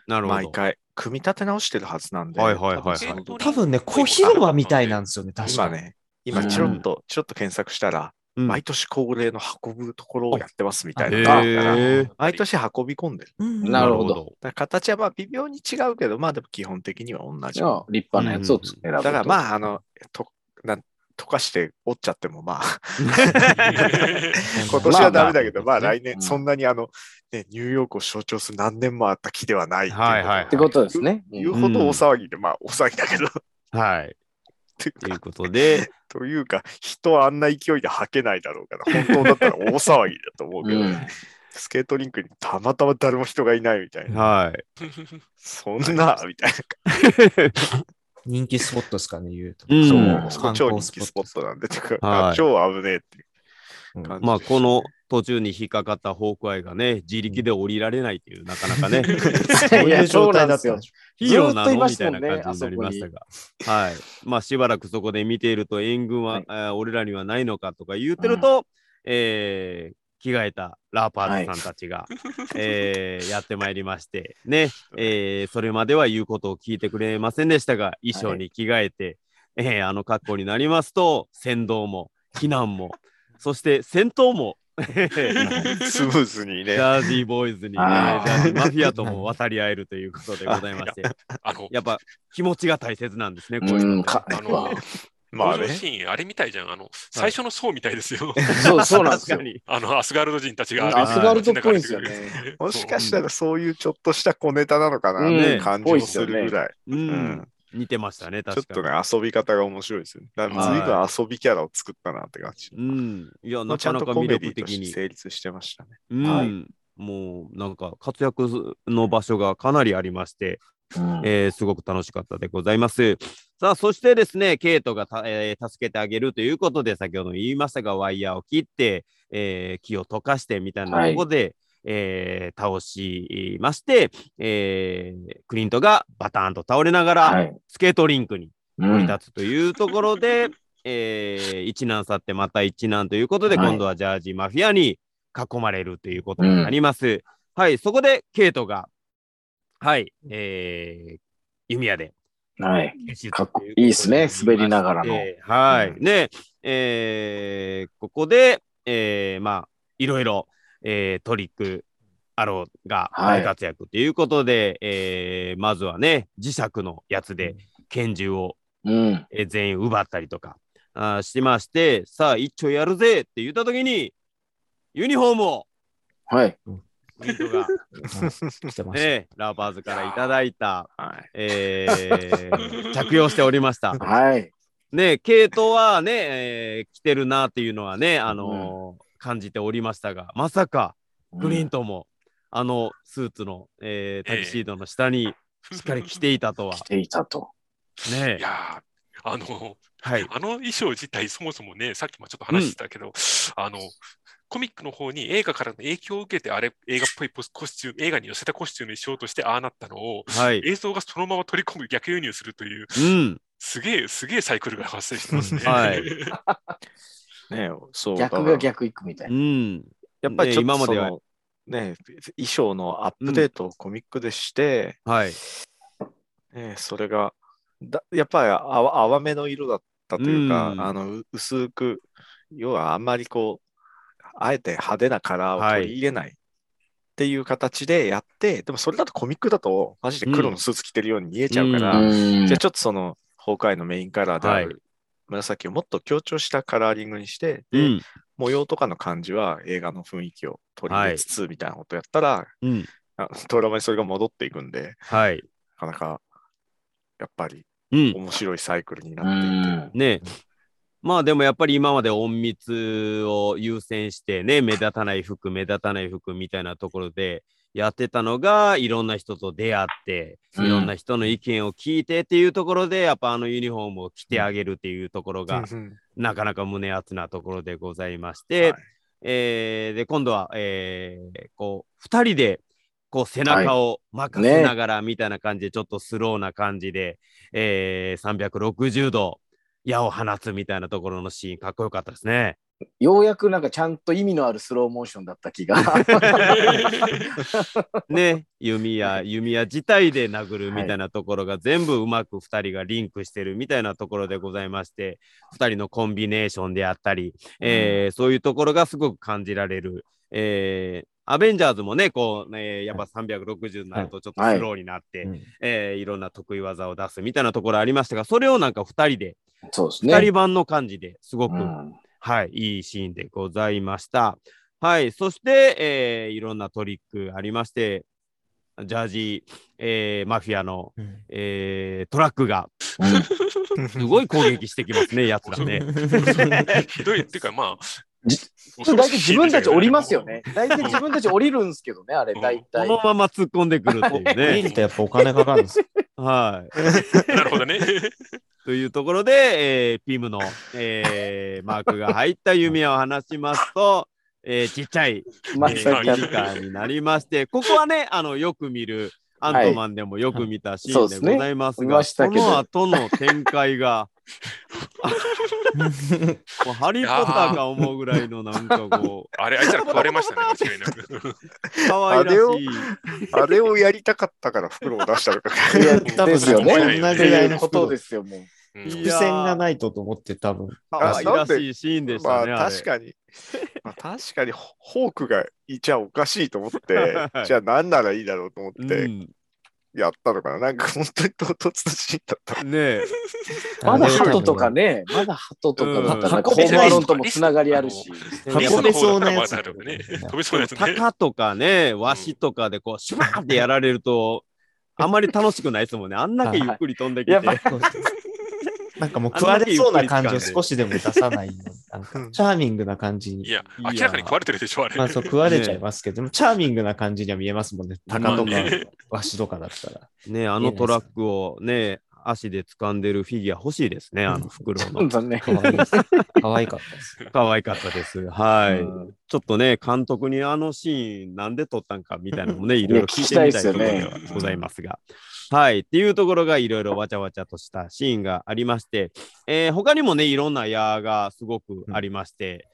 A: なるほど。
E: 毎回。組み立て直してるはずなんで。
A: はいはいはいは
D: 多分
A: い。
C: 多分ね、小広場みたいなんですよね、確か
E: 今
C: に。
E: ね、今ちょっと、ちょっと検索したら、
A: うん
E: 毎年恒例の運ぶところをやってますみたいなの
A: へ
E: があるから、
A: え。
E: 毎年運び込んでる。
C: うん
B: なるほど
A: ど。
E: だから形はまあ微妙に違うけど、まあでも基本的には同じ
B: じゃ。あ、立派なやつをつ選ぶ
E: だ
B: と。
E: からまあ、あの、となん溶かして折っちゃってもまあ、今年はダメだけど、ま
A: まあ
E: あ
A: まあ
E: 来年、そんなにあの、ね、ニューヨークを象徴する何年もあった木ではないっていう
A: はいはい
B: ってことですね。うん
E: 言うほど大騒ぎで、まあ大騒ぎだけど、
A: はい。
E: という
A: とい
E: か
A: うことで、
E: というか、人はあんな勢いで吐けないだろうから、本当だったら大騒ぎだと思うけど、
B: うん
E: スケートリンクにたまたま誰も人がいないみたいな、
A: はい。
E: そんな、みたい
C: 人気スポットですかね、言うと。
A: うん
E: な、そこ超人気スポットなんで、てか、
A: はい
E: あ超危ねえっていう感じで
A: まあ、この途中に引っかかったホークアイがね、自力で降りられないっていう、なかなかね、
C: そう
B: い
C: いう
B: やそう
C: 状
B: な
C: 態
B: んで
C: だっ
B: すよ
C: たんでしょ
A: ヒーローな
B: ずっとい
A: の
B: ま
A: み
B: したた
A: い
B: もんね
A: な感じになりましたが、はい。まあ、しばらくそこで見ていると、援軍は、
B: はい
A: えー俺らにはないのかとか言ってると、えー着替えたラーパーズさんたちが、えーやってまいりまして、ね、えーそれまでは言うことを聞いてくれませんでしたが、衣装に着替えて、えーあの格好になりますと、先導も、避難も、そして戦闘も、
E: スムーズに
A: ジ
E: ね。
A: ャージーボーイズにね、ジャ
E: あー
A: ージーマフィアとも渡り合えるということでございまして、
D: あの、
A: やっぱ気持ちが大切なんですね、こういう
B: う
A: の
B: ん、
A: って
B: か
D: あの、
E: まあ
D: 登場
E: ね。
D: シーン、あれみたいじゃん。あの、最初の層みたいですよ。
B: そうそうなんです
A: 確
B: よ
A: か。に。
D: あの、アスガルド人たちが。
B: うんア
A: スガ
B: ルドっぽいんですよね
D: そう
E: もしかしたらそういうちょっとした小ネタなのかなっていう感じ
B: うんぽ
E: も
B: いっす
E: す
B: よね
E: るぐらい。
A: う
E: うんん、
A: 似てましたね、
E: ちょっ
A: 確か
E: と
A: に。
E: ね、遊び方が面白いですよね。だから随分遊びキャラを作ったなって感じ。
A: うん、いや、な
E: ちゃ
A: かな
E: んと
A: か
E: コ
A: 魅
E: メディ
A: 力
E: と
A: 的
E: して
A: に。
E: 成立してましたね。
A: うん、
E: はい
A: もうなんか活躍の場所がかなりありまして、えーすごく楽しかったでございます。さあ、そしてですね、ケイトがた、えー助けてあげるということで、先ほど言いましたが、ワイヤーを切って、えー木を溶かしてみたいな
B: はい
A: とこで、えー倒しまして、えークリントがバターンと倒れながら、
B: い。
A: スケートリンクに
B: う
A: 降り
B: ん
A: 立つというところで、えー一難去ってまた一難ということで、
B: はい
A: 今度はジャージーマフィアに囲まれるということになります。はい、そこでケイトが、はい、えー、弓矢で
B: はい。
A: 決死
B: かっこ
A: とうと
B: いいっすね滑りながらの
A: えーはい、
E: う
A: ね、えーここで、えーまあ、いろいろ、えートリック、アローが大活躍ということで、えーまずはね、磁石のやつで拳銃を
B: うん。
A: えー全員奪ったりとかあーしてましてさあ一丁やるぜって言った時にユニフォームを
B: はい。
A: クリン トが、
C: 来てました。
A: ね、ラバーズからいただいた、
E: はい。
A: えー着用しておりま した。
B: はい。
A: ね系統はね、えー、来てるなっていうのはね、あのー感じておりましたがまさかクリントも、あのスーツの、えータキシードの下に
D: そう
A: しっかり着ていたとは
B: 来。ていたと。
A: ね
D: いやーあの、
A: はい、
D: あの衣装自体、そもそもね、さっきもちょっと話してたけど、あの、コミックの方に映画からの影響を受けて、あれ、映画っぽいポスコスチューム、映画に寄せたコスチュームにしようとして、ああなったのを、
A: はい、
D: 映像がそのまま取り込む、逆輸入するという、
A: うん
D: すげえ、すげえサイクルが発生してますね。
A: はい
E: ねそう。
B: 逆
E: だ
B: が
E: から
B: 逆行くみたいな。
A: うん
E: やっぱりちょっと
A: ね今ま
E: そ
A: では
E: の、ね、衣装のアップデートをコミックでして、
A: はい
E: ね、それがだやっぱりあわ淡めの色だったというか、
A: うん
E: あのう薄く要はあんまりこうあえて派手なカラーを取り入れないっていう形でやって、でもそれだとコミックだとマジで黒のスーツ着てるように見えちゃうから、
A: うん
B: ん
E: じゃあちょっとその崩壊のメインカラーであ
A: はい
E: る紫をもっと強調したカラーリングにして、
A: う
E: で
A: ん
E: 模様とかの感じは映画の雰囲気を取り入れつつみたいなことやったら、
A: うん
E: あドラマにそれが戻っていくんで
A: はい
E: なかなかやっぱり
A: うん
E: 面白いサイクルにな
B: う
E: っていて、
B: ん
A: ねまあでもやっぱり今まで隠密を優先してね目立たない服目立たない服みたいなところでやってたのがいろんな人と出会ってい
B: うん
A: ろんな人の意見を聞いてっていうところでやっぱあのユニフォームを着てあげるっていうところが
E: うん
A: なかなか胸熱なところでございまして、
E: はい
A: えーで今度は、えーこう2人でこう背中を任せながらみたいな感じでちょっとスローな感じで、えー360度矢を放つみたいなところのシーンかっこよかったですね。
B: ようやくなんかちゃんと意味のあるスローモーションだった気が。
A: ね弓矢弓矢自体で殴るみたいなところが全部うまく2人がリンクしてるみたいなところでございまして2人のコンビネーションであったり、えーそういうところがすごく感じられる。えーアベンジャーズもね、こう、ね、やっぱ360になるとちょっとスローになって、
C: うん
A: えーいろんな得意技を出すみたいなところありましたが、それをなんか2人で、
B: そうですね。
A: 2人版の感じですごく、
B: うん
A: はい、いいシーンでございました。はい、そして、えーいろんなトリックありまして、ジャージー、えーマフィアの、
C: うん
A: えートラックが
B: うん
A: すごい攻撃してきますね、やつら ね。
D: ひどいっていうか、まあ、
B: じ
D: 恐ろ
B: 大
D: しい
B: 体自分たち降りますよね。大体
D: もう
B: 自分たち降りるんですけどね、あれ、大
A: こ
B: 体。
A: のまま突っ込んでくるっていう
C: 降り
A: ね。
C: るとやっぱお金かかるんですよ。
A: はい。
D: なるほどね。
A: というところで、えーピムの、えーマークが入った弓矢を放ちますと、えーちっちゃい
B: ま
A: え
B: あ
A: ー
B: さっきあ
A: ミ
B: の
A: ニカーになりまして、ここはね、あのよく見るアントマンでもよく見たシーンでございますが、
B: はいそうですね
A: この後の展開が、もうハリー・ポッターか思うぐらいのなんかこ
D: あれ、あいつら壊れましたね、間違いなく。
A: う、可愛らし
E: あれを
A: い。
E: あれをやりたかったから袋を出したのか
B: いや
D: 多分
B: ですよね。
D: そんな
B: って
D: ぐら
B: い
D: いう
C: の
B: ことですよ、もう。
D: うん
A: い
C: 伏
A: や
C: 線がないとと思って多分。
A: ら
E: あ
A: しい
E: な
A: ら
E: んで
A: しいシーンでし
E: ま
A: た
E: あ
A: ね。あれ
E: 確かに、まあ、確かにホホークがいちゃおかしいと思って
A: はい
E: じゃあ何ならいいだろうと思って
A: うん
E: やったのかな、なんか本当に唐突なシーンだった
A: ねえ。
B: まだハ
C: ハ
B: ト
C: ト
B: とか。ね、まだハトとかだったら、
C: う
B: なんんかホームアローンともつながりあるし。
C: 多
D: リ
C: 分飛
D: スの
C: べそ
D: 方
C: うな
D: だ
C: や
D: っ
C: つ
D: たらまだあるよね。飛べそうなやつね。
A: 鷹とかね、ワシとかでこう、シュバーってやられると、あまり楽しくないですもんね。あんだけゆっくり飛んできて。
B: はいはい
C: そうなんかもう食われそうな感じを少しでも出さないようになんかチャーミングな感じに
D: い。や、明らかに食われてるでしょ、あれ。
C: まあそう食われちゃいますけど、でもチャーミングな感じには見えますもんね。鷹とか
D: まあね、
C: ワシとかだったら。
A: ねあのトラックをね、足で掴んでるフィギュア欲しいですね、あの袋
B: う
A: の
B: ん。だね。
C: 可愛いです可愛かったです。
A: 可愛かったです。はい。
B: うん
A: ちょっとね、監督にあのシーンなんで撮ったんかみたいなのも ね、いろいろ聞いてみたいところではございますが。はい。っていうところがいろいろわちゃわちゃとしたシーンがありまして、えー他にもね、いろんな矢がすごくありまして、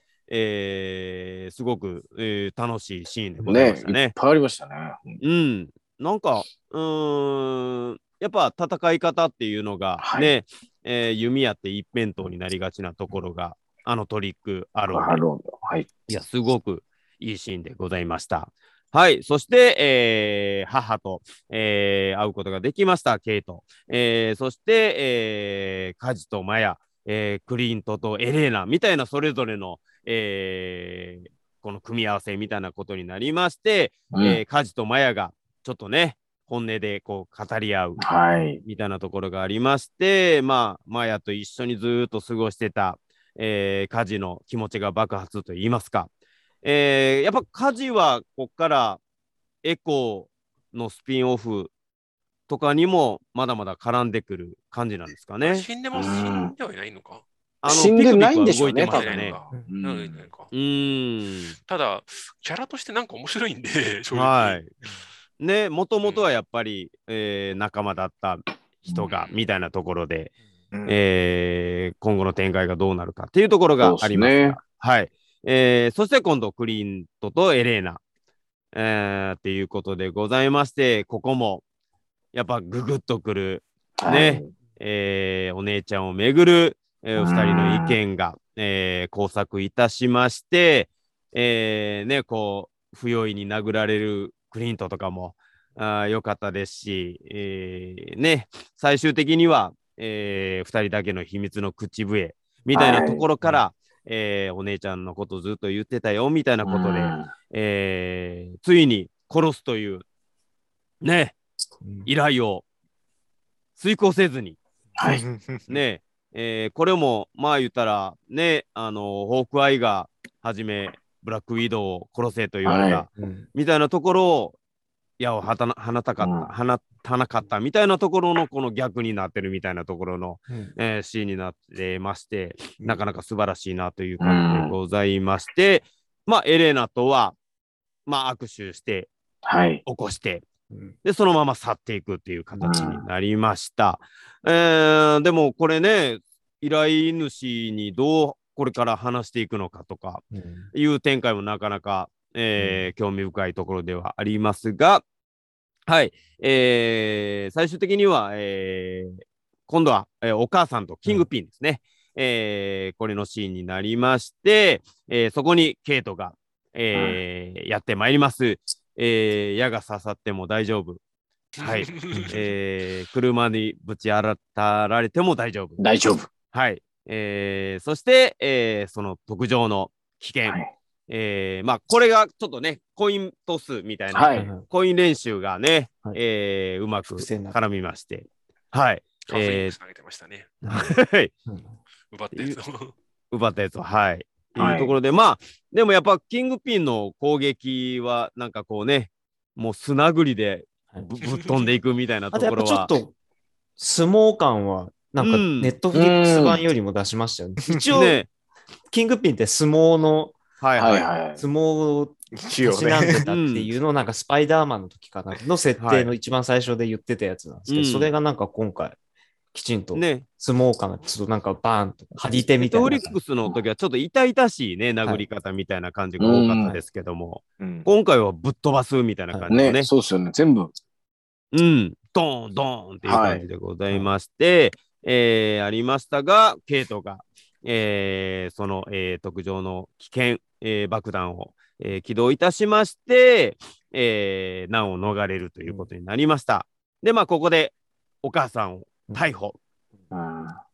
A: えーすごく、えー楽しいシーンでございま
B: ね
A: した
B: いっ
A: ね
B: ぱいありましたね。
A: うん、なんか、うーん、やっぱ戦い方っていうのが、
B: はい
A: ね、えー弓矢って一辺倒になりがちなところが、あのトリックある
B: アローンの。はい。
A: いや、すごくいいシーンでございました。はい。そして、えー母と、えー会うことができました、ケイト。えーそして、えーカジとマヤ、えークリントとエレーナみたいなそれぞれの、えーこの組み合わせみたいなことになりまして、
B: うん
A: えーカジとマヤがちょっとね本音でこう語り合う
B: はい。
A: みたいなところがありましてまあマヤと一緒にずーっと過ごしてた、えーカジの気持ちが爆発といいますか、えーやっぱカジはこっからエコーのスピンオフとかにもまだまだ絡んでくる感じなんですかね。
D: 死んでも死んではいないのか。
A: あの
B: 死んでないんでしょうね
A: ピクピクは動いて
B: う
A: ま
B: ん
A: す
D: な
A: ね
D: いの。か
B: う
D: うんいない
B: ん
D: のか
A: うーん
D: ただ、キャラとしてなんか面白いんで、正直。
A: はい。ね、もともとはやっぱり、えー仲間だった人が、みたいなところで、
E: うん
A: えー今後の展開がどうなるかっていうところがあります
B: そう
A: が
B: ですね
A: はい。えーそして今度、クリントとエレーナ、えーっていうことでございまして、ここも、やっぱググッとくる、ね、えーお姉ちゃんをめぐる、えーお
B: うん
A: 二人の意見が、えー交錯いたしまして、えーね、こう、不用意に殴られるクリントとかも、あー良かったですし、えーね、最終的には、えー、2人だけの秘密の口笛みたいなところから、えーお姉ちゃんのことずっと言ってたよみたいなことで、
B: うん
A: えーついに殺すという、ね、依頼を遂行せずに、
B: はい。
A: ねえーこれもまあ言ったらねあのホークアイがはじめブラックウィドウを殺せと言われた、
B: は
C: うん
A: みたいなところを矢を放たな放たかった、
B: う
A: 放たなかったみたいなところのこの逆になってるみたいなところの、
C: うん
A: えーシーンになってましてなかなか素晴らしいなという感じでございまして、まあエレナとは、まあ、握手して
B: はい。
A: 起こして
C: うん
A: で、そのまま去っていくっていう形になりました。えーでもこれね、依頼主にどうこれから話していくのかとか
C: うん
A: いう展開もなかなか、えー興味深いところではありますが、はい、えー最終的には、えー今度は、えーお母さんとキングピンですね、えーこれのシーンになりまして、えーそこにケイトが、えーやってまいります。えー矢が刺さっても大丈夫。はいえー車にぶち当たられても大丈夫。
B: 大丈夫。
A: はい。えーそして、えーその特上の危険。
B: はい
A: えーまあ、これがちょっとね、コイントスみたいな、
B: はい。
A: コイン練習がね、
C: はい
A: えーうまく
C: 伏線な
A: 絡みまして。はい。
D: カズイン投げてましたね。
A: はい
C: うん
D: 奪ってるの。
A: 奪ったやつを、はい。って
B: はい
A: いうところで、まあ、でもやっぱ、キングピンの攻撃は、なんかこうね、もう砂ぐりでぶぶっ飛んでいくみたいな
C: あ
A: と
C: とや
A: こ
C: っ
A: ろ
C: ぱちょっ
A: は。
C: と相撲感は、なんか
A: うん
C: ネットフリックス版よりも出しましたよね。一応、
A: ね、
C: キングピンって相撲の、
A: はい
B: は
A: はい
B: い。はい。
C: 相撲を
E: 一
C: た
E: 応
C: しなんで
E: ね
C: たっていうのを、なんかスパイダーマンの時かなの設定の一番最初で言ってたやつなんですけど、
A: うん
C: それがなんか今回、きちんと
A: ね、
C: 相撲感がちょっとなんかバーンと張り手みたい
A: ト
C: な
A: リ。ックスの時はちょっと痛々しいね、殴り方みたいな感じが多かったですけども、
E: うん
A: 今回はぶっ飛ばすみたいな感じでね、
B: ね、そうですよね。全部。
A: うん、ドーン、ドーンっていう感じでございまして、えーありましたが、ケイトが、えーその、えー特上の危険、えー爆弾を、えー起動いたしまして、えー難を逃れるということになりました。で、まあ、ここでお母さんを逮捕。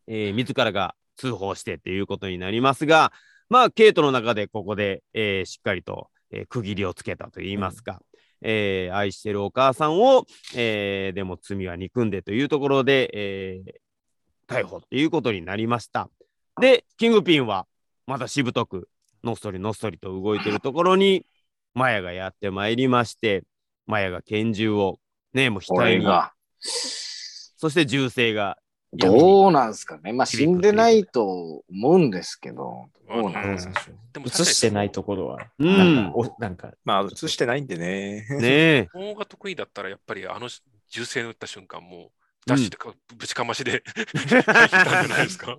A: えー自らが通報してっていうことになりますが、まあ、ケイトの中でここで、えーしっかりと、えー区切りをつけたといいますか、えー愛してるお母さんを、えーでも罪は憎んでというところで、えー逮捕っていうことになりました。で、キングピンはまたしぶとく、のっそりのっそりと動いてるところに、マヤがやってまいりまして、マヤが拳銃を、ね、もう額
B: 俺
A: に、
B: が。
A: そして銃声が闇に
B: どうなんですかね。まあ死んでないと思うんですけど。どうな
C: どう
B: の
C: なんでしょう
D: でも
C: 映してないところは、
A: うん
C: なんかおなんか
E: まあ、映してないんでね。
A: ねえ。
D: 確かにその方が得意だったら、やっぱりあの銃声の打った瞬間、もう、ダッシュとかぶちかましで、入ったんじゃないですか。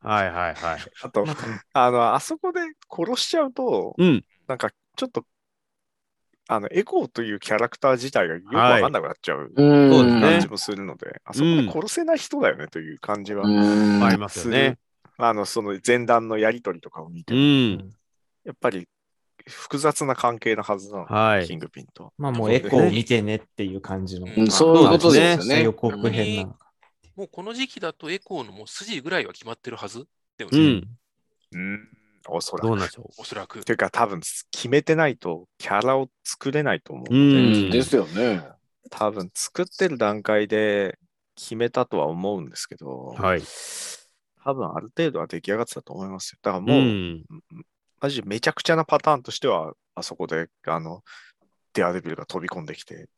A: はいはいはい。
E: あと、あの、あそこで殺しちゃうと、
A: うん。
E: なんかちょっと、あの、エコーというキャラクター自体がよくわかんなくなっちゃう
B: うん
A: そうですね
E: 感じもするので、あそこで殺せない人だよねという感じは、
B: うん
A: ありますよね。
E: あの、その前段のやりとりとかを見て
A: う
E: も、
A: ん。
E: やっぱり複雑な関係なはずなの、
A: は
E: キ
A: い。
E: ングピンと。
C: まあもうエコーを見てねっていう感じの、
D: うん
B: うんそういうことですよね。
C: 予告編なのか。
D: もうこの時期だとエコーのもう筋ぐらいは決まってるはずだよ
A: う
D: ね、
A: ん。
E: うん、おそら
A: どう
E: く。
A: なんでしょ
D: おそらく。
E: というか、多分決めてないとキャラを作れないと思う
A: う。う
E: ので、
A: ん。
B: ですよね。
E: 多分作ってる段階で決めたとは思うんですけど、
A: はい。
E: 多分ある程度は出来上がってたと思いますよ。だからも
A: も
E: う、
A: うん。
E: マジでめちゃくちゃなパターンとしては、あそこで、あの、デアデビルが飛び込んで きて、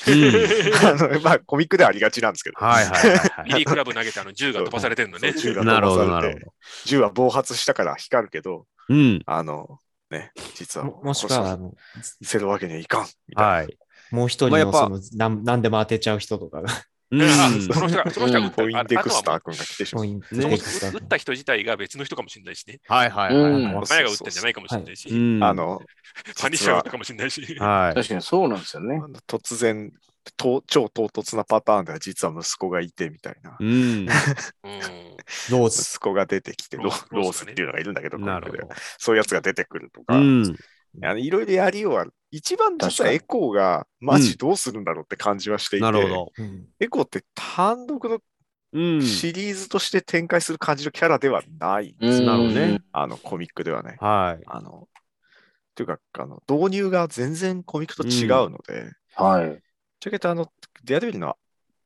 E: あの、まあ、コミックではありがちなんですけど、
A: はいはいはい
D: リ
A: は
D: リークラブ投げてあの銃が飛ばされてるのね。
E: そう銃が
A: い。
E: 飛ば
A: なるほ
E: さ
A: ど
E: れて
A: なるほど。
E: 銃は暴発したから光るけど、
A: うん。
E: あの、ね、実は、
C: ももしくは、あの、
E: 見せるわけにはいかん、みたいな。
A: はい。
C: もう一人
A: まあやっ
C: の
A: ぱ
C: その、なん何でも当てちゃう人とかが、
A: うん。
D: その人が、その人が撃った
E: ポインデクスタ
D: あ
E: ー君が来てしま
C: ポ
E: う。
C: イント
A: ね
C: で
D: あ
A: デ
D: と
A: ク
D: はもう撃った人自体が別の人かもしれないしね。
A: はいはい
B: うん
A: は
D: 前が撃ったんじゃないかもしれないし、
A: い。うん。
E: あ、の、
D: パニッシャーが撃ったかもしれないし。
A: はい。
B: 確かにそうなんですよね。
E: 突然、と超唐突なパターンでは実は息子がいてみたいな。
A: うん。
D: うん
C: ローズ。
E: 息子が出てきて、ロ
D: ロ
E: ロ
D: ロ
E: ー
D: ース
E: ス
D: がね
E: っていうのがいるんだけど、
A: なるほ
E: コミッ
A: ど
E: クで。そういうやつが出てくるとか、
A: うん。
E: あのいろいろやりようは、一番実
B: 確
E: は
B: かに
E: エコーがマジどうするんだろうって感じはしていて、
A: なるほど。
C: うん
E: エコーって単独の
A: うん。
E: シリーズとして展開する感じのキャラではない、
A: なるほどね。
E: あのコミックではね。
A: はい。
E: あのというかあの、導入が全然コミックと違うので、
B: はい。
E: ちょけとあの、デアデビルの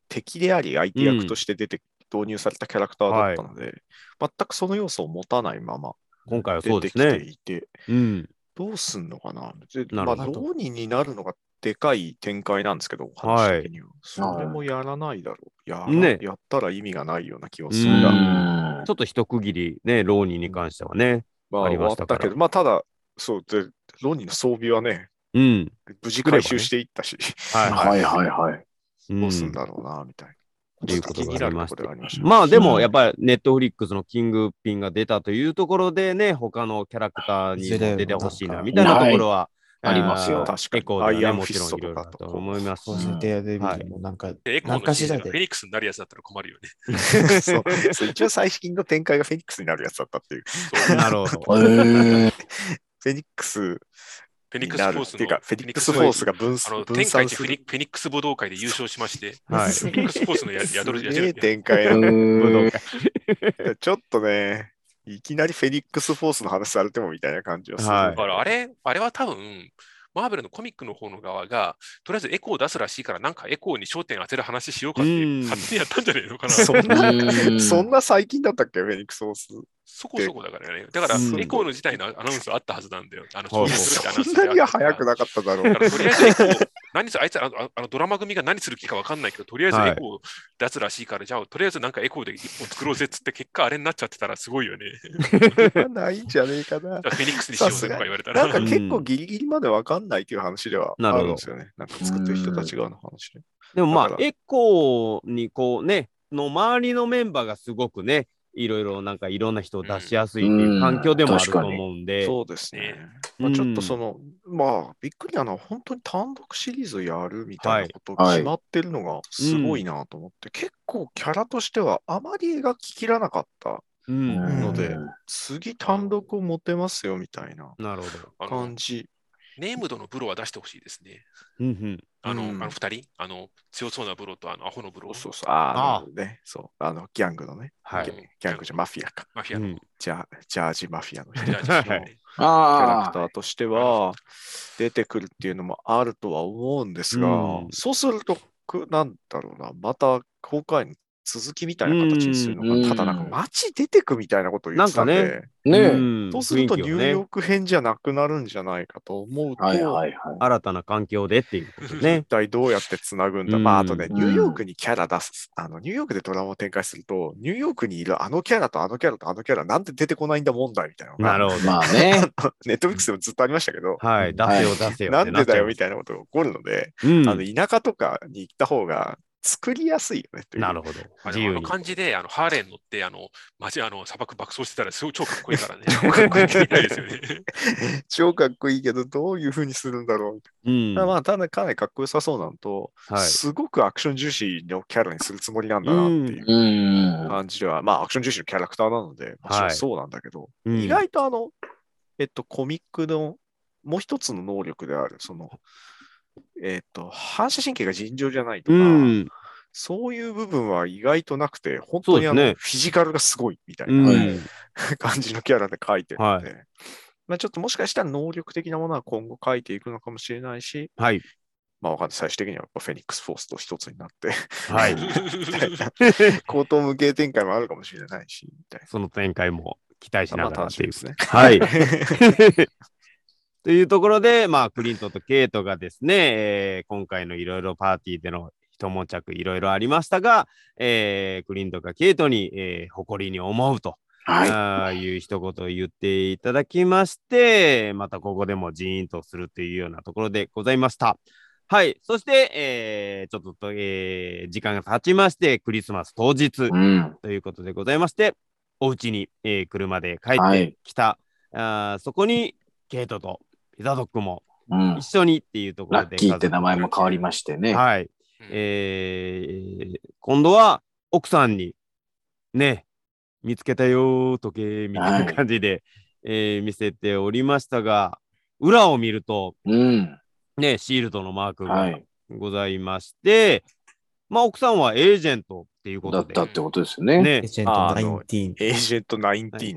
E: 敵であり、相手役として出て、導入されたキャラクターだったので、全くその要素を持たないまま
A: 今回はそ
E: 出
A: うで
E: て
A: す
E: きて
A: ね。
E: いて、
A: うん。
E: どうすんのかなで
A: なる
E: ま
A: ほ
E: あ、
A: ど
E: どうにになるのがでかい展開なんですけど、お話的には。それもやらないだろう。やら
A: ね
E: やったら意味がないような気がす
A: う
E: る
A: ん
E: が、
B: うん
A: ちょっと一区切りね、ローニーに関してはね。
E: まあ、
A: あり
E: 終
A: ま
E: わっ
A: したから
E: たけど、まあ、ただ、そうで、ロニーの装備はね、
A: うん。
E: 無事回収していったし、
A: はいはい。
B: いはいはい。
A: うん
E: どうすんだろうな、みたいな。
A: ということがありまして
E: ちょっと気になるところではありましたね
A: まあでもやっぱりネットフリックスのキングピンが出たというところでね、他のキャラクターにも出てほしいなみたいなところは
B: ありますよ
A: ー
E: 確かに
A: エコーで
E: アイ
A: ね
E: アン
A: もちろん
E: フィスト
A: いろいろだと思います
C: そうです
A: し
C: ね、デアデビ
A: はい
C: ルもなんか、
D: でエコ
C: なん
D: ー
C: か
D: の
C: 次
D: シー
C: 第
D: ンが
C: で
D: フェニックスになるやつだったら困るよね。
E: そうそう一応最近の展開がフェニックスになるやつだったっていう。
D: そう
A: な るほど。
B: へ
E: フェニックス
D: フェニ
E: に
D: ックス
E: な
D: フ
E: る
D: ォー
E: っ
D: スの
E: ていうか、フェニックスフォースが分
D: あの
E: 分
D: 天下
E: 散
D: 一フ
E: す
D: ェニ
E: る。
D: フェニックス武道会で優勝しまして、
A: はい。
D: フェニックスフォースのや宿るや
E: すげえ
D: 宿る
E: 展開
B: ー
E: だね
B: うーん
E: ちょっとね、いきなりフェニックスフォースの話されてもみたいな感じはする。
A: はい
D: だからあれ、あれは多分、マーベルのコミックの方の側が、とりあえずエコーを出すらしいから、なんかエコーに焦点当てる話しようかって
A: うん
D: 勝手にやったんじゃないのかな。
E: そん
B: う
E: な、
B: ん
E: そんな最近だったっけ、フェニックスフォース。
D: そこそこだからね。だから
A: うん、
D: エコーの自体のアナウンスあったはずなんだよ。あの、
A: そう
E: いや、
A: そう
D: するってアナウン
E: そ
D: ス
E: ん
D: があっ
E: な
D: た
E: には早くなかっただろ
D: だ
E: う
D: か。らとりあえずエコー、何せあいつあの、あのドラマ組が何する気か分かんないけど、とりあえずエコーを出すらしいから、じゃあ、とりあえずなんかエコーで一本作ろうぜっつって、結果あれになっちゃってたらすごいよね。じ
E: ないんじゃねえかな
D: ゃ。あフェニックスにしようぜとか言われ たら。
E: なんか結構ギリギリまでわかんないっていう話では
A: なるほ
E: あ
A: ど
E: るんですよね。なんか作ってる人たち側の話で。
A: でもま
E: だ
A: あ
E: か、ら
A: エコーにこうね、の周りのメンバーがすごくね、いろいろなんかいろんな人を出しやすいっていう環境でもあると思うんで、
E: そうですね。
A: うん
E: まあ、ちょっとその、まあ、びっくりなのは、本当に単独シリーズやるみたいなこと
B: はい
E: 決まってるのがすごいなと思って、結構キャラとしてはあまり描ききらなかった。
A: うん、
E: ので
B: うん
E: 次単独を持てますよみたいな
A: なるほど。
D: あの
E: 感じ。
D: ネームドのブロは出してほしいですね。
A: うんうん
D: あの、
E: うん
D: あの二人、あの、強そうなブロと、あの、アホのブロ。
E: そうそう、ああ、ね、そう、あの、ギャングのね、
A: はい
E: ギャギャングじゃマフィアか、
D: マフィ
A: う
D: アの。
A: ん
E: ジャジャージマフィアの人
D: ジャージの人ね
E: キャラ
B: あ
E: クタ
B: あ
E: ーとしては出てくるっていうのもあるとは思うんですが、
A: うん
E: そうすると、くなんだろうな、また公開の続きみたいな形にするのが、
B: うん
E: ただなんか街出てくみたいなことを言ってたんで、
A: なんか
B: ねえ、
A: ん
E: そうすると
A: 雰
E: ニ
A: 囲気
E: ュ
A: を
E: ー
A: ね
E: ヨーク編じゃなくなるんじゃないかと思うと、
B: はいはいはい。
A: 新たな環境でっていうことね
E: 一。体どうやってつなぐんだ、
A: うん
E: まあ、あとね、
B: うん
E: ニューヨークにキャラ出す、あの、ニューヨークでドラマを展開すると、ニューヨークにいるあのキャラとあのキャラとあのキャラ、なんで出てこないんだ問題みたいなのが
A: なるほど。
B: まあね。
E: ネットフリックスでもずっとありましたけど、
A: はい、出せよ出せよ
E: な
A: っ
E: ん
A: て
E: で
A: っち
E: だ
A: ゃう
E: よみたいなことが起こるので、
A: うん
E: あの田舎とかに行った方が作りやすいよねという。
A: なるほど。
D: あ
A: 自
D: のあ
A: 由
D: の
A: に。
D: 感じで、あの、ハーレーに乗って、あの、街、あの、砂漠爆走してたら、す ごい超かっこいいからね。かっこいいって言いたいですよね。
E: 超かっこいいけど、どういう風にするんだろうみたい
A: うん
E: な。まあ、ただかなりかっこよさそうなのと、
A: はい。
E: すごくアクション重視のキャラにするつもりなんだなっていう
B: うん。
E: 感じでは、まあ、アクション重視のキャラクターなので、もちろんそうなんだけど、
A: うん
E: 意外とあの、えっと、コミックのもう一つの能力である、その、えっと、反射神経が尋常じゃないと
A: う
E: か、
A: ん。
E: そういう部分は意外となくて、本当にあ
A: そう
E: の、
A: ですね
E: フィジカルがすごいみたいな。
A: うん。
E: 感じのキャラで書いてるので、まあ、ちょっともしかしたら能力的なものは今後書いていくのかもしれないし、
A: はい。
E: まあ、わかんない最終的にはやっぱフェニックス・フォースと一つになって、
A: はい。
E: 高等無形展開もあるかもしれないし、みたい
A: その展開も期待しな
E: な。まあ、
A: がら
E: 楽
A: っ
E: してみ
A: いう
E: で。すね。
A: はい。というところで、まあ、クリントとケイトがですね、えー今回のいろいろパーティーでの一悶着いろいろありましたが、えークリントがケイトに、えー誇りに思うと
B: はい。
A: ああいう一言を言っていただきまして、またここでもジーンとするというようなところでございました。はい。そして、えーちょっとと、えー時間が経ちまして、クリスマス当日
B: うん。
A: ということでございまして、お家に、えー車で帰っ
B: は
A: て
B: い
A: きた、あーそこにケイトとピザドッグも
B: うん
A: 一緒にっていうところ
B: ラ
A: で、
B: ッキーって名前も変わりましてね。
A: はい。えー今度は奥さんに、ね、見つけたよー、時計、みたいな感じで、えー見せておりましたが、裏を見ると、
B: うん。
A: ね、シールドのマーク
B: は
A: が
B: い。
A: ございまして、まあ、奥さんはエージェントっていうこ
B: だ
A: と
B: っ
A: で、
B: たってことですよね。
A: ね
C: エー、ジェント
E: ああの
C: 19。
E: エージェント19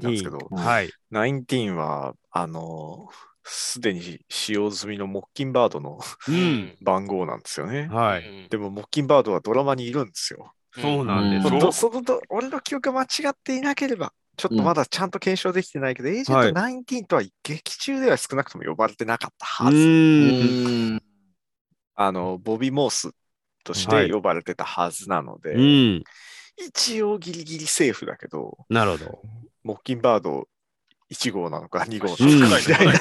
E: なんですけど、
A: はい。
E: 19は、あの、すでに使用済みのモッキンバードの
A: うん。
E: 番号なんですよね。
A: は。
D: はいい。
E: でも、モッキンバードはドラマにいるんですよ。
A: そうなんです。。
D: うん
E: どそのど俺の記憶が間違っていなければ、ちょっとまだちゃんと検証できてないけど、エージェント19とは劇中では少なくとも呼ばれてなかったはず。
B: うんん。
E: あの、ボビー・モースとし
A: は
E: て
A: い
E: 呼ばれてたはずなので、
A: うん。
E: 一応ギリギリセーフだけど、
A: なるほど。
E: モッキンバード1号なのか2号な
A: うん
E: のかみたいな、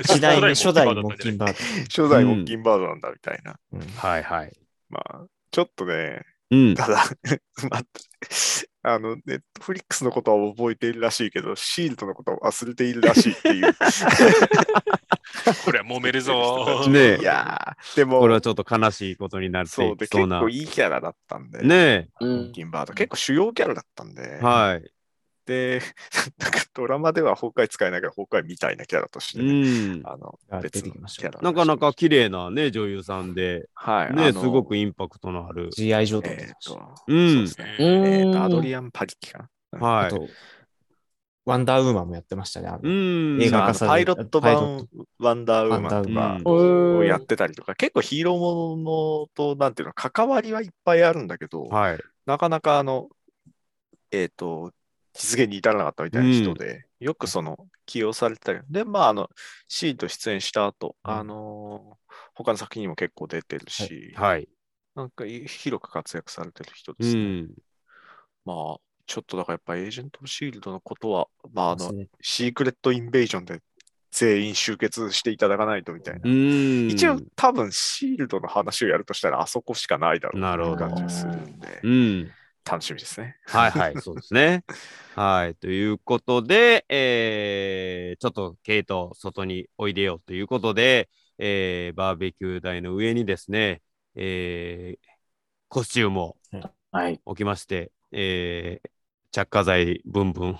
C: 時代の初代モッキンバー
E: 初代モッキンバードなんだみたいな。
C: ド。うん
A: はいはい。
E: まあ、ちょっとね、
A: うん。
E: ただ、 まあ、あの、ネットフリックスのことは覚えているらしいけど、シールドのことは忘れているらしいっていう。
D: これは揉めるぞー。
A: ねえ
E: いやーでも
A: これはちょっと悲しいことになって
E: そう
A: い
E: で
A: き
E: 結
A: そうな
E: 構。いいキャラだったんで、
A: ね
B: う
E: モッ
B: ん。
E: キンバード結構主要キャラだったんで、
A: え。はい。
E: で、 なんかドラマでは崩壊使えないけど、崩壊みたいなキャラとして
A: う
E: ね、
A: ん。
E: あの
C: あ
E: 別
C: 出
E: の
C: てき
E: キ
C: まし
E: ャ
C: た
E: ラ。
A: なかなか、綺麗なね、女優さんで、
E: はい、
A: ね、
E: あ
A: す
E: の
A: ごくインパクトのある。
C: GI 上等出
E: え
C: て
E: っ
C: きました
E: と、
A: うん
E: そうですね
D: うん
E: えーとアドリアン・パリキかな。
C: あ
A: は
C: と、ワンダーウーマンもやってましたね。あの
A: い。うん。
C: 映
E: あ
C: 画
E: の
C: 化され
E: パイロット
C: パイロッ
E: 版
C: ト
E: ワンダーウーマンと
A: ワン
E: か
A: ダーウーマン
E: をや
B: う
E: っ。てたりとか、結構ヒーローものと、なんていうの、関わりはいっぱいあるんだけど、
A: はい。
E: なかなかあの、えっ、と、実現に至らなかったみたいな人で、よくその、起用されてたり、で、まあ、あの、シート出演した後、
C: うん
E: あのー他の作品にも結構出てるし、
A: はい。
E: なんかい広く活躍されてる人で
A: う
E: すね。
A: ん。
E: まあ、ちょっとだからやっぱエージェント・シールドのことは、まあ、あ
C: そ
E: の
C: う、ですね
E: シークレット・インベージョンで全員集結していただかないとみたいな。
A: うん。
E: 一応、多分シールドの話をやるとしたら、あそこしかないだろう
A: なるほど
E: っていう感じがするんで
A: う。ん。
E: 楽しみですね。
A: はいはい、そうですね。はい。ということで、えー、ちょっとケイト、外においでよということで、えー、バーベキュー台の上にですね、えー、コスチュームを
B: はい。
A: 置きまして、えー、着火剤ブンブン、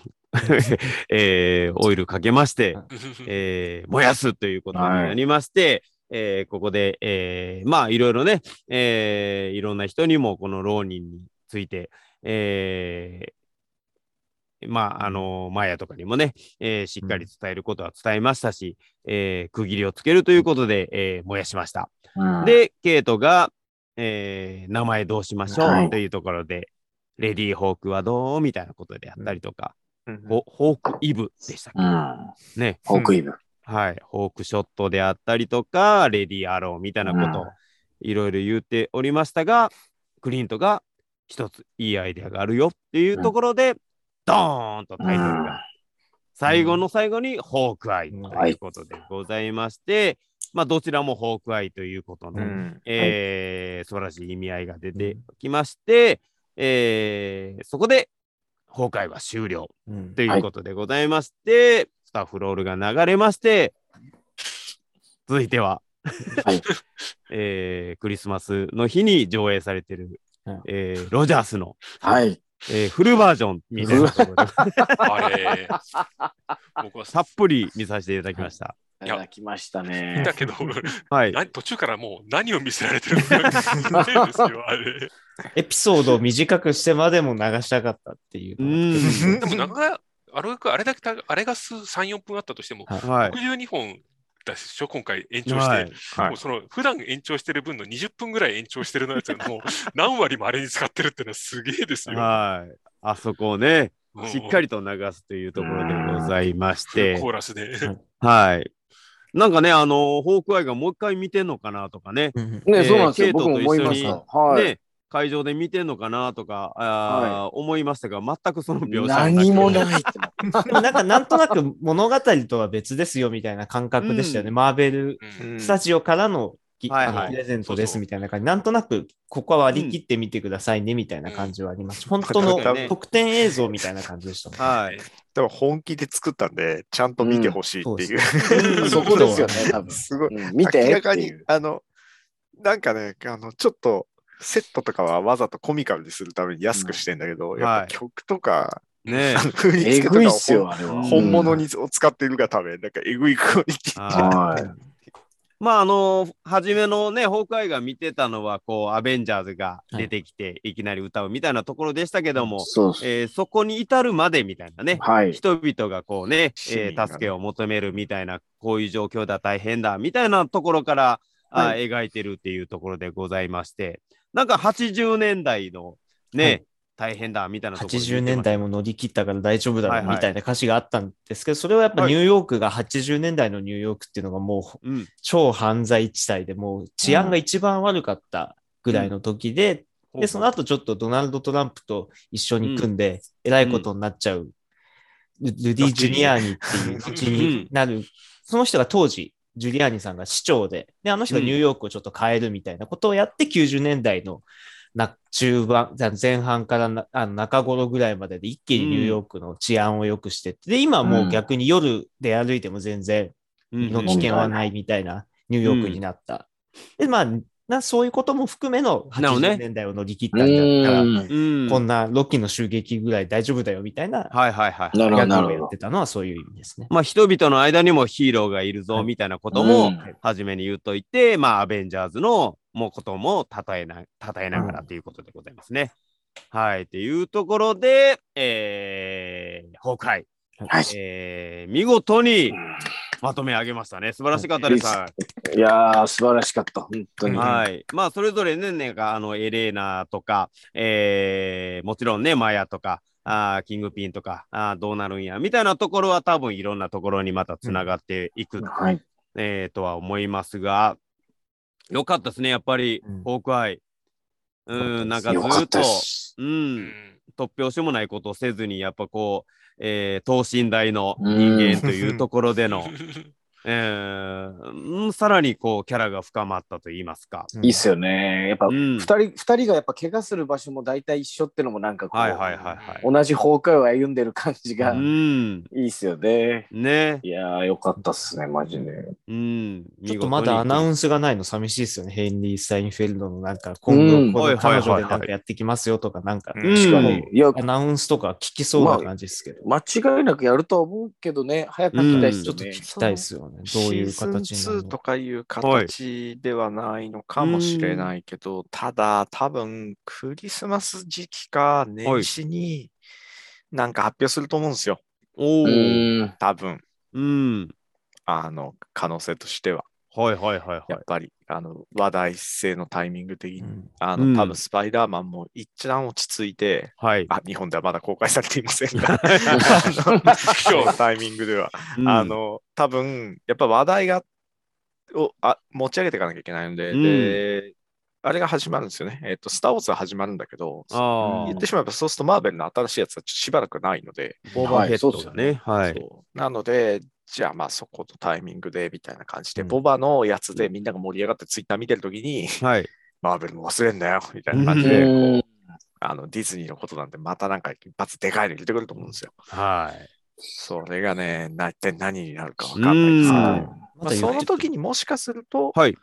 A: えー、オイルかけまして、 えー燃やすということになりまして、えーここで、えーまあいろいろね、えーいろんな人にもこの浪人について、えーまああのマヤとかにもね、えーしっかり伝えることは伝えましたし、えー区切りをつけるということで、えー燃やしました。で、ケイトが、えー名前どうしましょ
B: は
A: う
B: い
A: というところで、レディー・ホークはどうみたいなことであったりとか、
E: うん
A: ホホーク・イブでしたっけ、
B: うん。
A: ね、
B: ホークイブ。
A: はい、ホークショットであったりとか、レディー・アローみたいなことを
B: うん
A: いろいろ言っておりましたが、クリントが一ついいアイデアがあるよっていうところで、ドーンとタイトル
B: うん
A: が、最後の最後にホークアイということでございまして、まあどちらもホークアイということの、
E: うん
A: えー素晴らしい意味合いが出てきまして、えーそこで崩壊は終了
C: うん
A: ということでございまして、スタッフロールが流れまして、続いては、
B: はい
A: えークリスマスの日に上映されてる、
C: うん
A: えーロジャースの、
B: はい。
A: えーフルバージョンみたいなところで
D: あれ、僕は
A: たっぷり見させていただきました。
B: い
D: いや
B: ただきましたね
D: 見。た けど、
A: はい。
D: 何途中からもう何を見せられてるのか見えないですよ、あれ。
C: エピソードを短くしてまでも流したかったってい
A: う
C: うのが。
A: ん。
D: でも長い、あれがあれだけた、あれが数3、4分あったとしても、
A: はい。
D: 62本だししょ、今回延長して。
A: はい。は
D: も
A: いう
D: その普段延長してる分の20分ぐらい延長してるのやつがもう何割もあれに使ってるってのはすげえですよ。
A: はい。あそこをね、
D: うん
A: しっかりと流すというところでございまし
D: フル
A: て
D: コ、ーラスで。
A: はい。なんかね、あのホークアイがもう一回見てんのかなとかね、
C: うん
A: えー
B: ね、そうなんです
A: ケイ
B: よ。
A: トと
B: 僕も思いまし
A: 一緒
B: た
A: に。
B: はい。
A: ね、会場で見てんのかなとか、あー思いましたが、全くその描写は。
B: 何もないいってなって。
C: でもなんかなんとなく物語とは別ですよみたいな感覚でしたよね。
A: う
C: マーベル
D: うん
E: うん
C: スタジオからのぎ
A: はい
C: あ
A: はい
C: のプレゼントで
D: そう
C: す
D: そう
C: みたいな感じ、なんとなくここは割り切ってみてくださいねみたいな感じはあります。本当
E: そうだ
A: ね
C: の特典映像みたいな感じでしたね。
A: はい。
E: でも本気で作ったんで、ちゃんと見てほしいっていう。
A: うん
B: そこですよね、多分。
E: すごい。
B: うん見て
E: 明
B: っ
E: ら
B: て
E: か
B: い
E: に
B: う。、
E: あの、なんかね、あの、ちょっと、セットとかはわざとコミカルにするために安くしてんだけど、
A: ん
E: やっ
A: は
E: ぱ
A: い
E: 曲とか、
A: ね
E: あの振り付
B: え
E: けとか
B: ぐいっ
E: を
B: すよ、あれは。
A: うん
E: 本物にを使っているがため、なんかえぐいクオリティ
B: うん。
A: は
B: はい。
A: まああの初めのねホークアイが見てたのはこうアベンジャーズが出てきて、い、きなり歌うみたいなところでしたけども、
B: そうです。
A: えーそこに至るまでみたいなね、
B: はい。
A: 人々がこうね、
E: 市
A: え
E: 民が
A: ー
E: ね
A: 助けを求めるみたいなこういう状況だ大変だみたいなところから、あ
B: は
A: 描いてるっていうところでございましてなんか80年代のね、
C: はい
A: 大変だみたいなところで
C: 80年代も乗り切ったから大丈夫だ
A: はい
C: ろ
A: は
C: う
A: い
C: みたいな歌詞があったんですけど、それはやっぱ
A: はい
C: ニューヨークが80年代のニューヨークっていうのがも
A: う
C: う
A: ん
C: 超犯罪地帯でもう治安が一番悪かったぐらいの時で、で、その後ちょっとドナルド・トランプと一緒に組んで、えらいことになっちゃう、ルルディ・ジュニアーニっていう
D: 後
C: 気
D: に
C: になる、その人が当時、ジュリアーニさんが市長で、で、あの人がニューヨークをちょっと変えるみたいなことをやって、90年代のな中盤、じゃあ前半からなあの中頃ぐらいまでで一気にニューヨークの治安を良くしてって、で、今はもう逆に夜で歩いても全然身の危険はないみたいなニューヨークになった。で、まあな、そういうことも含めの
A: なるほどね
C: 80年代を乗り切った
B: うん
C: だったら、
B: ん。
A: うん
C: こんなロキの襲撃ぐらい大丈夫だよみたいな
A: はいはいはい。
B: なるほど、な
C: 役を
B: る
C: や
B: ほ
C: ってたのはそういう意味ですね。
A: まあ人々の間にもヒーローがいるぞみたいなこ
B: ど。
A: とも
B: うん
A: 初めに言うといて、まあアベンジャーズのもうことも称えな称えながらということでございますね。はい。っていうところで、えー、崩壊、
B: はい。
A: えー、見事にまとめ上げましたね。素晴らしかったです。はい
B: いやー、素晴らしかった、本当に。
A: はい。まあ、それぞれね、なんか、あの、エレーナとか、えー、もちろんね、マヤとか、あーキングピンとか、あーどうなるんや、みたいなところは多分いろんなところにまたつながっていく、
B: はい。
A: えーとは思いますが、よかったですね、やっぱり
C: うん、
A: ホークアイ。うん、なんかず
B: よか
A: ー
B: っ
A: っと
B: たで、す。
A: う、
D: うんん
A: 突拍子もないことをせずに、やっぱこう、えー等身大の
B: う
A: 人
B: ん
A: 間というところでの、えーうんさらにこうキャラが深まったと言いますか。
B: いいっすよね。やっぱ、
A: う
B: 二
A: ん、
B: 人、二人がやっぱ怪我する場所も大体一緒ってのもなんかこう、
A: はいはいはいはい。
B: 同じ崩壊を歩んでる感じが
A: う
B: い
A: ん、
B: いっすよね。
A: ね、
B: いやー、よかったっすね、マジで。
A: うん、
C: ちょっとまだアナウ
A: ン
C: ンスがないの寂しいですよね。ヘンリー・スタインフェルドのなんか、今後、この彼女でなんかやってきますよとか、なんか、
D: うん
A: 確
B: 確
A: か
B: か
A: に
B: に。。いや、
C: アナウンスとか聞きそうな感じですけど、
B: 間違いなくやるとは思うけどね、早く聞きたいっす
A: うん
B: よ
C: ちょっと聞
B: ね。
C: きたいですよね。どういう形に
E: シ
C: な
E: ー
C: る
E: ズン2
C: の
E: と
C: か。
E: かいう形ではないのかもしれないけど、ただ多分クリスマス時期か年始になんか発表すると思うんですよ。
A: お
B: う
A: ー
B: ーん。
E: 多分、
A: うん、
E: あの、可能性としては。
A: はいはいはい
E: や
A: は
E: っ
A: い。
E: ぱり、あの、話題性のタイミング的に。
C: うん
E: あ
A: うん
E: の、多分スパイダーマンも一段落ち着いて、
A: はい。
E: あ、日本ではまだ公開されていません が、
D: 今
E: この
D: 日、
E: タイミングでは。
A: うん
E: あ、の、多分、やっぱ話題が、をあ持ち上げていかなきゃいけないので、
A: うん
E: で、あれが始まるんですよね。えっと、スター・ウォーズが始まるんだけど、
A: あー
E: 言ってしまえば、そうするとマーベルの新しいやつはちょっとしばらくないので、
A: オーバーヘッド
B: はいそう
A: が
B: ですよ
A: ね。はい。
E: そうなので、じゃあまあそことタイミングでみたいな感じで、
C: うん
E: ボバのやつでみんなが盛り上がってツイッター見てるときに、
A: はい。
E: マーベルも忘れんなよみたいな感じで、こうあのディズニーのことなんてまたなんか一発でかいの入れてくると思うんですよ。
A: はい。
E: それがね、な一体何になるかわかんないですけど、
A: うん
E: ま
C: まだ言っ
E: あ、
C: て
E: その時にもしかすると、
A: はい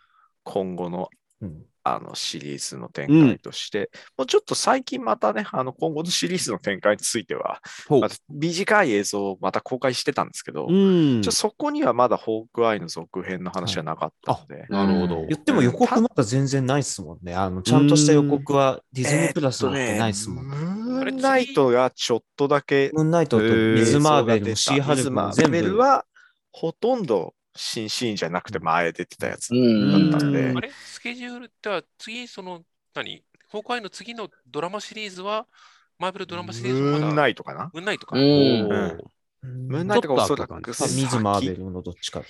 E: 今後の
C: うん
E: あのシリーズの展開として、もうちょっと最近またね、あの今後のシリーズの展開については、
A: ほう
E: ま。た短い映像をまた公開してたんですけど、
A: うん
E: ちょ。そこにはまだホークアイの続編の話はなかったので、
A: なるほど。
C: 言っても予告まだ全然ないですもんね。あのちゃんとした予告はディズニープラス
E: と
C: なん
E: ね
C: てないですもん。
E: ムーンナイトがちょっとだけ、
C: ムーンナイトとミズ・マーベルもシー・ハル
E: 水
C: ク
E: マ
C: も
E: ー
C: 全
E: ベル
C: 部。
E: はほとんど新シーンじゃなくて前出てたやつ
B: う
E: だ
B: ん。
E: ったんで、
A: うん
D: あれスケジュールっては次、その、何崩壊の次のドラマシリーズは、マーベルドラマシリーズ
E: ム
D: も
E: ーン
D: まだ、
E: ナイトかな
D: うんないとか。
B: う
A: お
B: ん。
A: ー
E: ムーン
C: ミ
E: ナイトがおそら
A: ちょっと
E: く
A: 後か
C: ズ・マーベ
E: 先
C: ルのどっちか。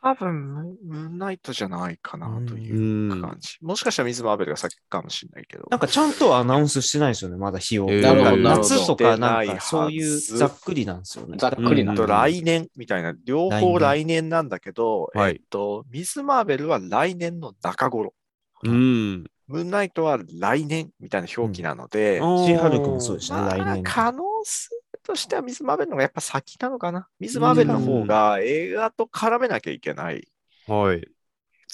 E: 多分ムムーンナイトじゃないかなという
A: うん
E: 感。じ。もしかしたら水マーベルが先かもしれないけど。
C: なんかちゃんとアナウンスしてないですよね、まだ日を。
A: えー
C: なんか
B: なるほど
C: 夏とかなん
E: してないは
C: か
E: ず
C: そういうざっくりなんですよね。
B: ざっくりな
E: え
A: ん
E: っと来年みたいな、両方来年なんだけど、
A: はい
E: えっと、ミズ・マーベルは来年の中頃、
A: うん。。
E: ムーンナイトは来年みたいな表記なので、
C: シー・ハルクもそうですすね、
E: ま
C: 来
E: あ
C: 年、。
E: 可能性としてはミズ・マーベルの方がやっぱ先なのかな。ミズ・マーベルの方が映画と絡めなきゃいけない
A: はい。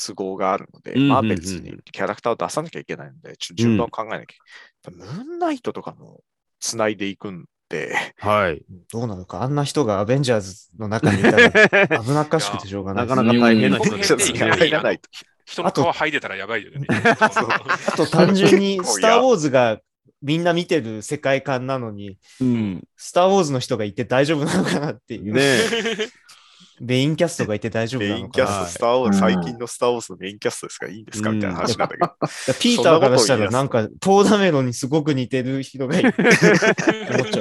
E: 都合があるので、
A: うんうんうん
E: マーベルズにキャラクターを出さなきゃいけないので、ちょっと順番を考えなきゃいけない。ムーンナイトとかも繋いでいくんで、
A: はい。
C: どうなるか、あんな人がアベンジャーズの中にいた ら危なっかしくてしょうがない
A: な
C: で
A: かな
C: す。
A: か大変な
D: こ
A: 人
D: の
A: で
E: ち
A: す
E: ょっと
D: 辺でいき
E: 考
D: なり、あ
E: えられな
D: の
E: いと。
D: 人の皮剥いでたらやばいよね。
E: そう
C: あと単純にスター・ウォーズがみんな見てる世界観なのに、
A: うん。
C: スター・ウォーズの人がいて大丈夫なのかなっていう。
A: ねえ。
C: メインキャストがいて大丈夫
E: メ
C: な
E: イ
C: の
E: ンキ
C: か
E: ャ
C: な。
E: スト、スター・ウォーズ、
B: うん
E: 最近のスター・ウォーズのメインキャストですからいいんですかみたいな話なんだけど。
C: ピーターからしたらなんか、トーダメロにすごく似てる人がいて。思っちゃ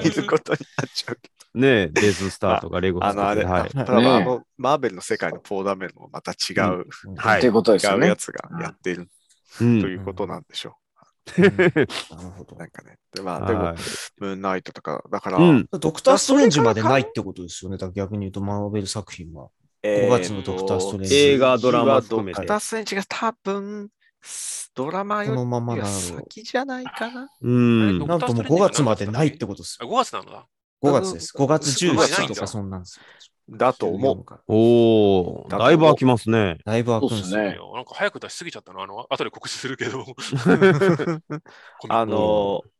C: う
E: 見ることになっちゃうけ
A: ねえ、デススターとかレゴ
E: ど。あ
A: ス
E: の、
A: タ
E: あれ、
A: とか。
E: た
B: ね
E: だあの、マーベルの世界のポーダメルもまた違う、
A: はい。
B: っていうことです
E: 違
B: よ
E: うや
B: ね。
E: つがやっている
A: う
E: と
A: ん。
E: いうことなんでしょ
C: うんなるほ
E: う。
C: ど
E: な。んかね。でまあ、で
A: は
E: も
A: い、
E: ムーンナイトとか、だから、
A: うん。
C: ドクター・ストレンジまでないってことですよね。だから逆に言うと、マーベル作品は。
E: えー
C: 5月のドクターストレンジ
A: 映画、ドラマ含め
E: ドク
A: て
E: タ。ー・ストレンジが多分、ドラマ
C: こ
E: よ
C: のまま
E: り
C: な
E: は
C: の。
E: 先じゃないかな。
A: う
D: あれ
A: ん。
C: なんともう5月までないってことですよ。
D: 5月なのだ。
C: 5月です。5月17
D: うん
C: とかそんなんですよ。
E: だと 思う。
C: う。
A: おー、だいぶ空きますね。
C: だいぶ開くんです
B: そうっ
C: よ。
B: す
D: いや
B: ね。
D: なんか早く出しすぎちゃったの、あの、後で告知するけど。
E: あのー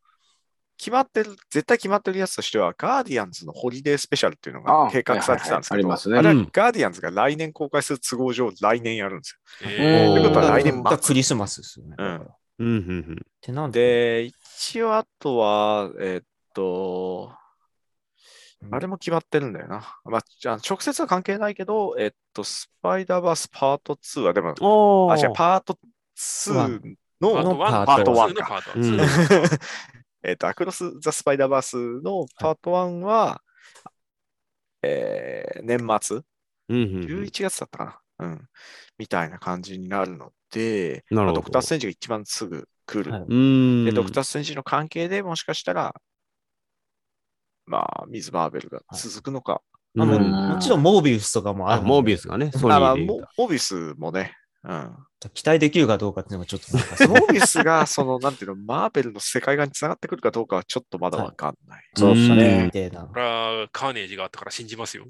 E: 決まってる、絶対決まってるやつとしては、ガーディアンズのホリデースペシャルっていうの
B: あ
E: が
B: あ
E: 計画されてたんですけど、
B: はいはいはいありますね
E: れは
A: うん
E: ガーディアンズが来年公開する都合上、来年やるんです
D: えー
A: おー
E: よ。ってことは来
C: だ
E: 年
C: から
E: 末。
C: クリスマスですよね。だから
E: う
A: うん、
E: ん
A: うん、
C: ってなんで、
E: で、一応あとは、えーっと、あれも決まってるんだよな。まあ、じゃあ直接は関係ないけど、えーっと、スパイダーバースパート2は、でも、
A: うん。お
E: あ、じゃ
A: ー。
E: パート2の、
D: パート1、
C: パート
D: の
E: 1か
D: パート
A: うん
D: 2。
E: えっと、アクロス・ザ・スパイダーバースのパート1は、えー年末、
A: うんうんうん
E: 11月だったかな、うん、みたいな感じになるので、
A: な
E: ま
A: る
E: あ
A: ほど。
E: ドクター・ストレンジが一番すぐ来る。
C: はい
A: うん。
E: で、ドクター・ストレンジの関係でもしかしたら、まあ、ミズ・マーベルが続くのか、
C: あも
A: う
C: う
A: ん
C: もちろんモービウスとかもあ
A: あ
C: るので
A: モービウスがね、ソニ
E: あま
A: ー
E: あ、
A: で言う
E: モ
A: と。
E: モビウスもね、 うん。
C: 期待できるかどうかっていうのがちょっと難しい。
E: モビウスが、その、なんていうの、マーベルの世界観につながってくるかどうかはちょっとまだわかんない。
C: そうです
B: うん
C: ね。みたいな
D: これはカーネージがあったから信じますよ。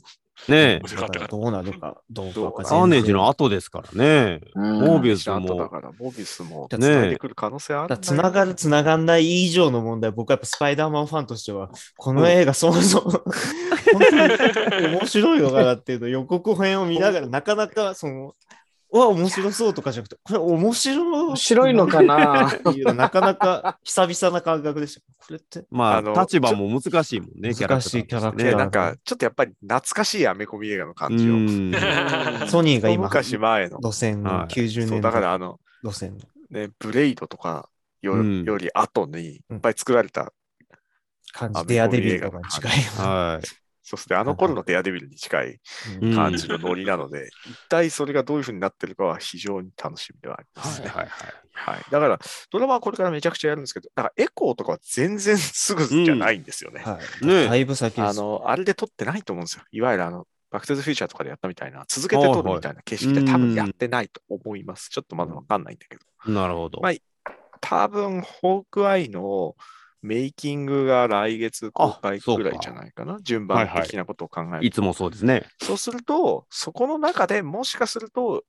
A: ねえ
D: 面白かったから。
C: どうなるかどうか
E: どう
C: が全然
A: ア
E: な
A: ーネージの後ですからね。モービウス
E: あとだ
A: も。
E: から、モビウスも
C: ね
E: つないでくる可能性ある
C: だつながる、つながんない以上の問題、僕はやっぱスパイダーマンファンとしては、この映画そもそも、本当に面白いのかなっていうのを予告編を見ながら、なかなかその、うわ、面白そうとかじゃなくて、これ面白
B: 面白いのかな
C: っていうのはなかなか久々な感覚でした。これって、
A: ま
E: あの
A: あ、立場も難しいもんね、キャラク
C: 難
A: ターとして
C: し
A: ね。
C: いキャラクタ
E: ね、
C: ー
E: なんか、ちょっとやっぱり懐かしいアメコミ映画の感じを。
A: うん。
C: ソニーが
E: 一
C: 今、
E: 昔
C: 路
E: 前の。
C: 線の
A: はい
C: 90
E: そう、
C: 年
E: だか
C: 代
E: ら、あの、
C: 路線の
E: ね、ブレイドとかよ,、
A: うん
E: より後にいっぱい作られた、
C: 感じ、
E: アメコミ
C: デアデビルとかに近いような
A: はい。
E: そしてあの頃のデアデビルに近い
A: うん
C: うん
E: 感じのノリなので、一体それがどういうふうになってるかは非常に楽しみではあります
A: はい
E: ね。
A: はいはい。
E: はい、だから、ドラマはこれからめちゃくちゃやるんですけど、だからエコーとかは全然すぐじゃないんですよね。
C: はい
A: ねえ
C: だいぶ先で
E: あ
C: す。
E: の、あれで撮ってないと思うんですよ。いわゆるあの、バックトゥザフューチャーとかでやったみたいな、続けて撮るみたいな景色って多分やってないと思います。ちょっとまだわかんないんだけど。
A: なるほど。
E: まあ多分、ホークアイのメイキングが来月公開くらいじゃないかな。順番的なことを考えると、
A: いつもそうですね。
E: そうすると、そこの中でもしかすると、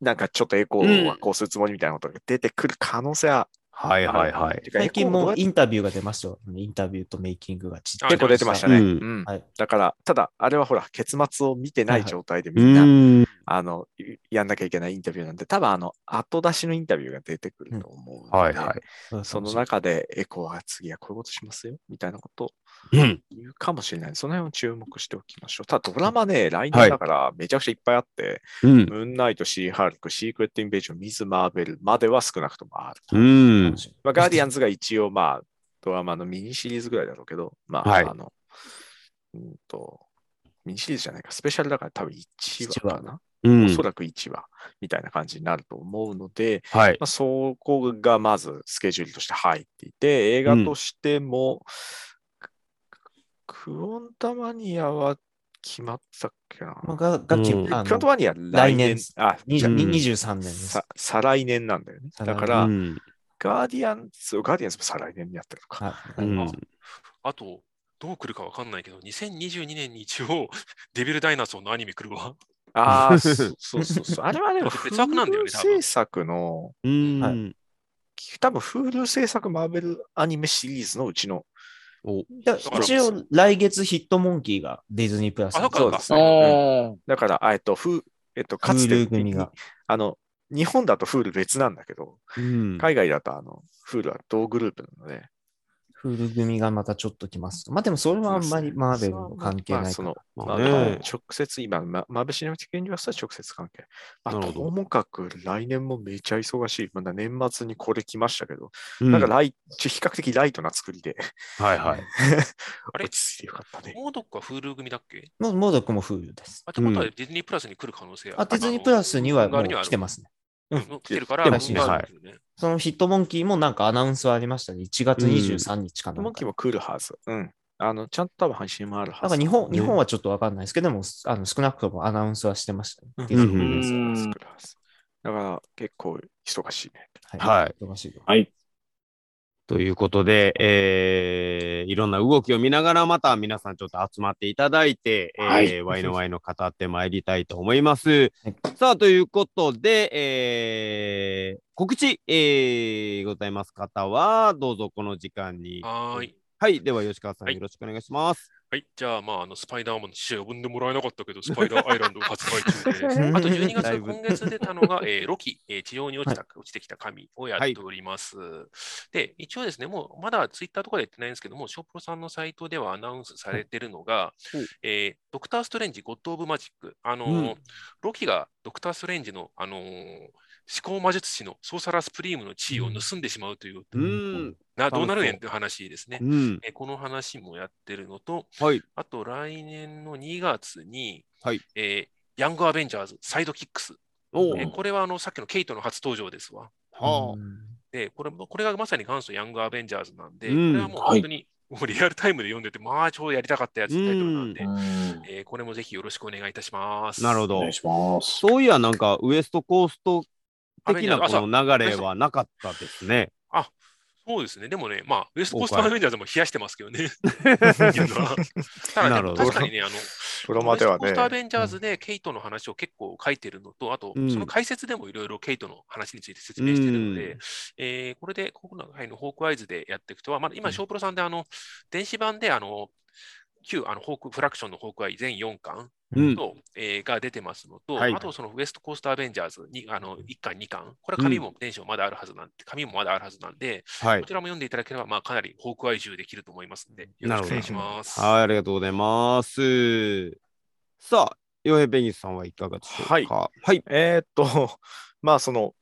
E: なんかちょっとエコーはこうするつもりみたいなことが出てくる可能性は
A: はい
E: ある。
A: はいはい
E: っ。てうか
C: 最近
E: エコー
C: も
E: は
C: インタビューが出ましたよ。インタビューとメイキングがちっちゃい
E: 結構出てましたね。
A: うん
E: うん
C: はい。
E: だから、ただ、あれはほら、結末を見てな
C: はい
E: い
C: はい
E: 状態でみ
A: うん
E: な、
A: ん。
E: あの、いやんなきゃいけないインタビューなんで、多分あの、後出しのインタビューが出てくると思うので、
A: はいは
E: その中で、エコーは次はこういうことしますよ、みたいなことを
A: い。うん。
E: 言うかもしれない。その辺を注目しておきましょう。ただ、ドラマね、来年だからめちゃくちゃいっぱいあって、
A: うん。
E: ムーンナイト、シーハルク、シークレット・インベージョン、ミズ・マーベルまでは少なくともある。
A: うん。
E: まあ、ガーディアンズが一応、まあ、ドラマのミニシリーズぐらいだろうけど、まあ、
A: はい
E: あの、うんと、ミニシリーズじゃないか、スペシャルだから多分1話かな。
A: うん
E: おそらく1話みたいな感じになると思うので、
A: はい。
E: まあ、そこがまずスケジュールとして入っていて、映画としても、ククオンタマニアは決まったっけな。
C: まあが、がき、
A: うん
C: あ
E: クオンタ
C: の、
E: マニア来年、
C: 来年
E: あ、
C: 20
A: うん
C: 23年です
E: さ。再来年なんだよね。
C: 再来
E: だ
C: 年
E: から、
A: うん。
E: ガーディアンズ、ガーディアンズも再来年にやってる のか。
C: は
A: う
C: い。
A: ん
D: あと、どう来るかわかんないけど、2022年に一応、 デビルダイナソーのアニメ来るわ。
E: ああ、そうそうそう そう。あれはでも、
D: 別枠なんだよね
E: Hulu
D: 多分
E: 制作の、
A: うん。
C: はい
E: 多分 Hulu 制作マーベルアニメシリーズのうちの
A: お
C: いや一応、来月ヒットモンキーがディズニープラス
D: あ、
C: に。
D: だからか。
E: そ
B: あ
E: うですね
B: ー
E: だから、あえっと、フえっと、かつ
C: Hulu
E: て、
C: 組が。
E: あの、日本だとフール別なんだけど、
A: うん。
E: 海外だとあの、フールは同グループなので、
C: フル組がまたちょっと来ます。まあでもそれはあんまりマーベルの関係
E: ま
C: な
E: あ
C: い
E: そ
C: から
E: の、
A: まあ
E: あの
A: ね。
E: 直接今、まマーベルシネマティックユニバースとは直接関係。まあ、
A: なる
E: と
A: ほど
E: もかく来年もめちゃ忙しい。まだ年末にこれ来ましたけど、
A: うん
E: なんかライちょ比較的ライトな作りで、
A: はいはい。
D: あれ
E: 落ち着いてよかったね。
D: モードックは Hulu 組だっけ
C: もうモードックもフルです。
D: あってことはディズニープラスに来る可能性。
C: あ、ディズニープラスにはもう来てますすね。
D: うん来てるから、
C: 来てますね
D: うん
A: はい
C: そのヒットモンキーもなんかアナウンスはありましたね。1月23日かな
E: モ
C: ん
E: ン
C: か
E: キーも来るはず。うん。あの、ちゃんと多分配信もあるは
C: なん
E: ず。
C: か日本、
A: ね
C: 日本はちょっとわかんないですけどでも、あの少なくともアナウンスはしてましたね。
E: うん
C: ディズニープラス
B: うん
E: 来るはずだから結構忙しいね。
A: はい。
C: 忙しいよ
B: はい。
A: ということで、えー、いろんな動きを見ながら、また皆さんちょっと集まっていただいて、
B: はい
A: えー、ワイのワイの語ってまいりたいと思います。
C: はい
A: さあ、ということで、えー、告知、えー、ございます方は、どうぞこの時間に。
D: はーい。
A: はい。では、吉川さん、
D: はい
A: よろしくお願いします。
D: はい、じゃあ、まあ、あのスパイダーマンの試合を呼んでもらえなかったけど、スパイダーアイランドを発売中で、あと12
A: だい
D: 月、
A: ぶ
D: 今月出たのが、えーロキ、えー地上に落ちた、落ちてきた神をやっております。で、一応ですね、もうまだツイッターとかでやってないんですけども、ショープロさんのサイトではアナウンスされてるのが、
A: うん
D: えードクター・ストレンジ、ゴッド・オブ・マジック、あのー
A: うん
D: ロキがドクター・ストレンジの、あのー思考魔術師のソーサラースプリームの地位を盗んでしまうという、
A: うーん。
D: などうなるねんっていう話ですね
A: う。ん。
D: えーこの話もやってるのと、
A: はい。
D: あと来年の2月に、
A: はい
D: えーヤングアベンジャーズ、サイドキックス。
A: おう
D: えーこれはあのさっきのケイトの初登場ですわ。
A: は
C: うん
D: で、これもこれがまさに元祖ヤングアベンジャーズなんで、
A: うん
D: これはもう本当にもうリアルタイムで読んでて、まあ、超やりたかったやつタイトルなんで、
F: うん
D: えーこれもぜひよろしくお願いいたします。
A: なるほ
F: お
A: ど
F: 願い。します。
A: そういや、なんか、ウエストコースト的な
D: あそう
A: この流れはなかったですね。
D: そうですね。でもね、まあ、ウエストコースト
A: 了解
D: アベンジャーズも冷やしてますけ どね。た
A: な
D: だ
A: るほ
D: ね、
A: ど
D: 確かにね、あの、
E: プロマでは
D: ウエストコーストア
E: ね、
D: ベンジャーズでケイトの話を結構書いてるのと、あと、
A: うん
D: その解説でもいろいろケイトの話について説明してるので、えーこれで今回のホークアイズでやっていくとは、まだ今、ショープロさんで、あの、電子版で、あの、旧あのホークフラクションのホークアイ全4巻
A: うん。
D: と、えーが出てますのと、
A: はい
D: あとそのウエストコーストアベンジャーズにあの1巻、2巻、これは紙も電子もまだあるはずなんで、紙もまだあるはずなんで、
A: はい
D: こ。ちらも読んでいただければ、まあ、かなりホークアイ中できると思いますので、よろしくお願いします。
A: はい、ありがとうございます。さあ、洋平ペンギンさんはいかがでしょうか。
E: はい
A: はい。
E: えーっと、まあその、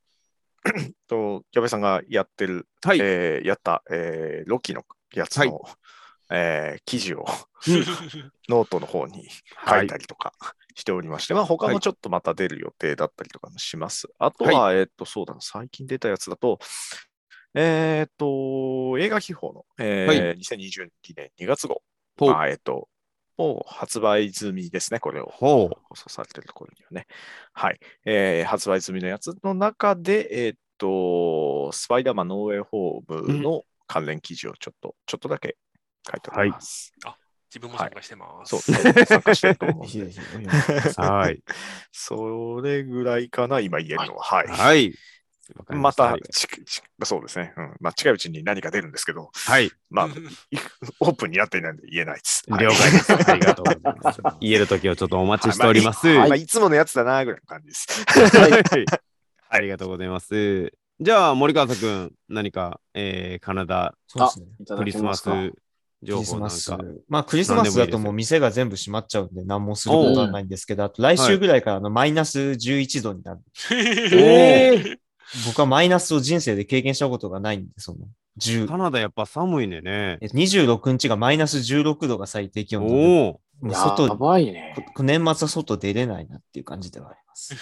E: と、矢部さんがやってる、
A: はい。
E: えーやった、えーロキのやつの、えー記 事をノートの方に書いたりとかしておりまして、まあ他
A: は
E: も
A: い
E: ちょっとまた出る予定だったりとかもします。あとは、えーっと、そうだな、最近出たやつだと、えーっと、映画秘宝の、えー
A: はい
E: 2022年2月号、
A: ほう
E: まあえーっと、もう発売済みですね、これを。
A: ほう。
E: 放送されてるところにはね。はい。えー発売済みのやつの中で、えーっと、スパイダーマンノーウェイホームの関連記事をちょっと、ちょっとだけ書いております。
D: 自分も参加してます。
E: そう、参加してると思う
C: ぜ
E: ん
C: ひぜ
E: で。
C: ひお願いし
A: はい。
E: それぐらいかな、今言えるのは。はい。
A: はい。わかり
E: ま、
A: した
E: ちちそうですね、うん。まあ、近いうちに何か出るんですけど、
A: はい。
E: まあ、 オープンになっていないんで言えないです。はい
A: 了解です。ありがとうございます。言える時をちょっとお待ちしております。
E: はいまあ
A: はいい。
E: まあいつものやつだな、ぐらいの感じです。
A: ありがとうございます。じゃあ、森川くん、何か、えー、カナダ
C: ます。そうですね。
B: いた
A: ク
B: だ
A: リ
B: け
A: ス
B: ま
A: マ
B: す
A: ス
B: か
C: ク
A: 情
C: リス
A: 報な
C: マ
A: ん
C: ス
A: か。。
C: まあ、クリスマスだ
A: 何でもいいで
C: と
A: す
C: も
A: よ
C: う店が全部閉まっちゃうんで、何もすることはないんですけど、あと来週ぐらいからあのマイナス11度になる。
A: え
C: 僕はマイナスを人生で経験したことがないんで、その10
A: カナダやっぱ寒いねね。
C: え26日がマイナス16度が最低気
A: お
C: 温な
A: お
C: んで、もう
B: や
C: 外、こ
B: ばいね。
C: 年末は外出れないなっていう感じではあります。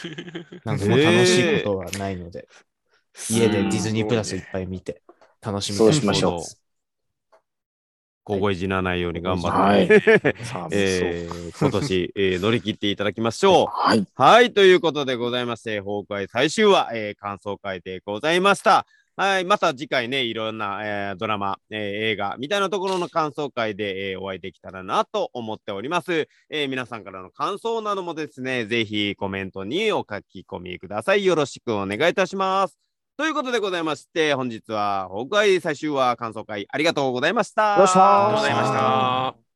C: なんかもう楽しいことはないので、家でディズニープラスいっぱい見て、楽しみたい
B: そうしましょう
A: ー、凍え死なないように頑張って、
B: はい
E: さあ、
A: えー、今年、えー乗り切っていただきましょう。
B: はい。
A: はい、ということでございまして、崩壊最終話、えー感想会でございました。はい、また次回ね、いろんな、えードラマ、えー映画みたいなところの感想会で、えーお会いできたらなと思っております、えー皆さんからの感想などもですね、ぜひコメントにお書き込みください。よろしくお願いいたします。ということでございまして、本日は崩壊最終話感想会ありがとうございました。
B: ありがとうございました
D: ありがとうございました。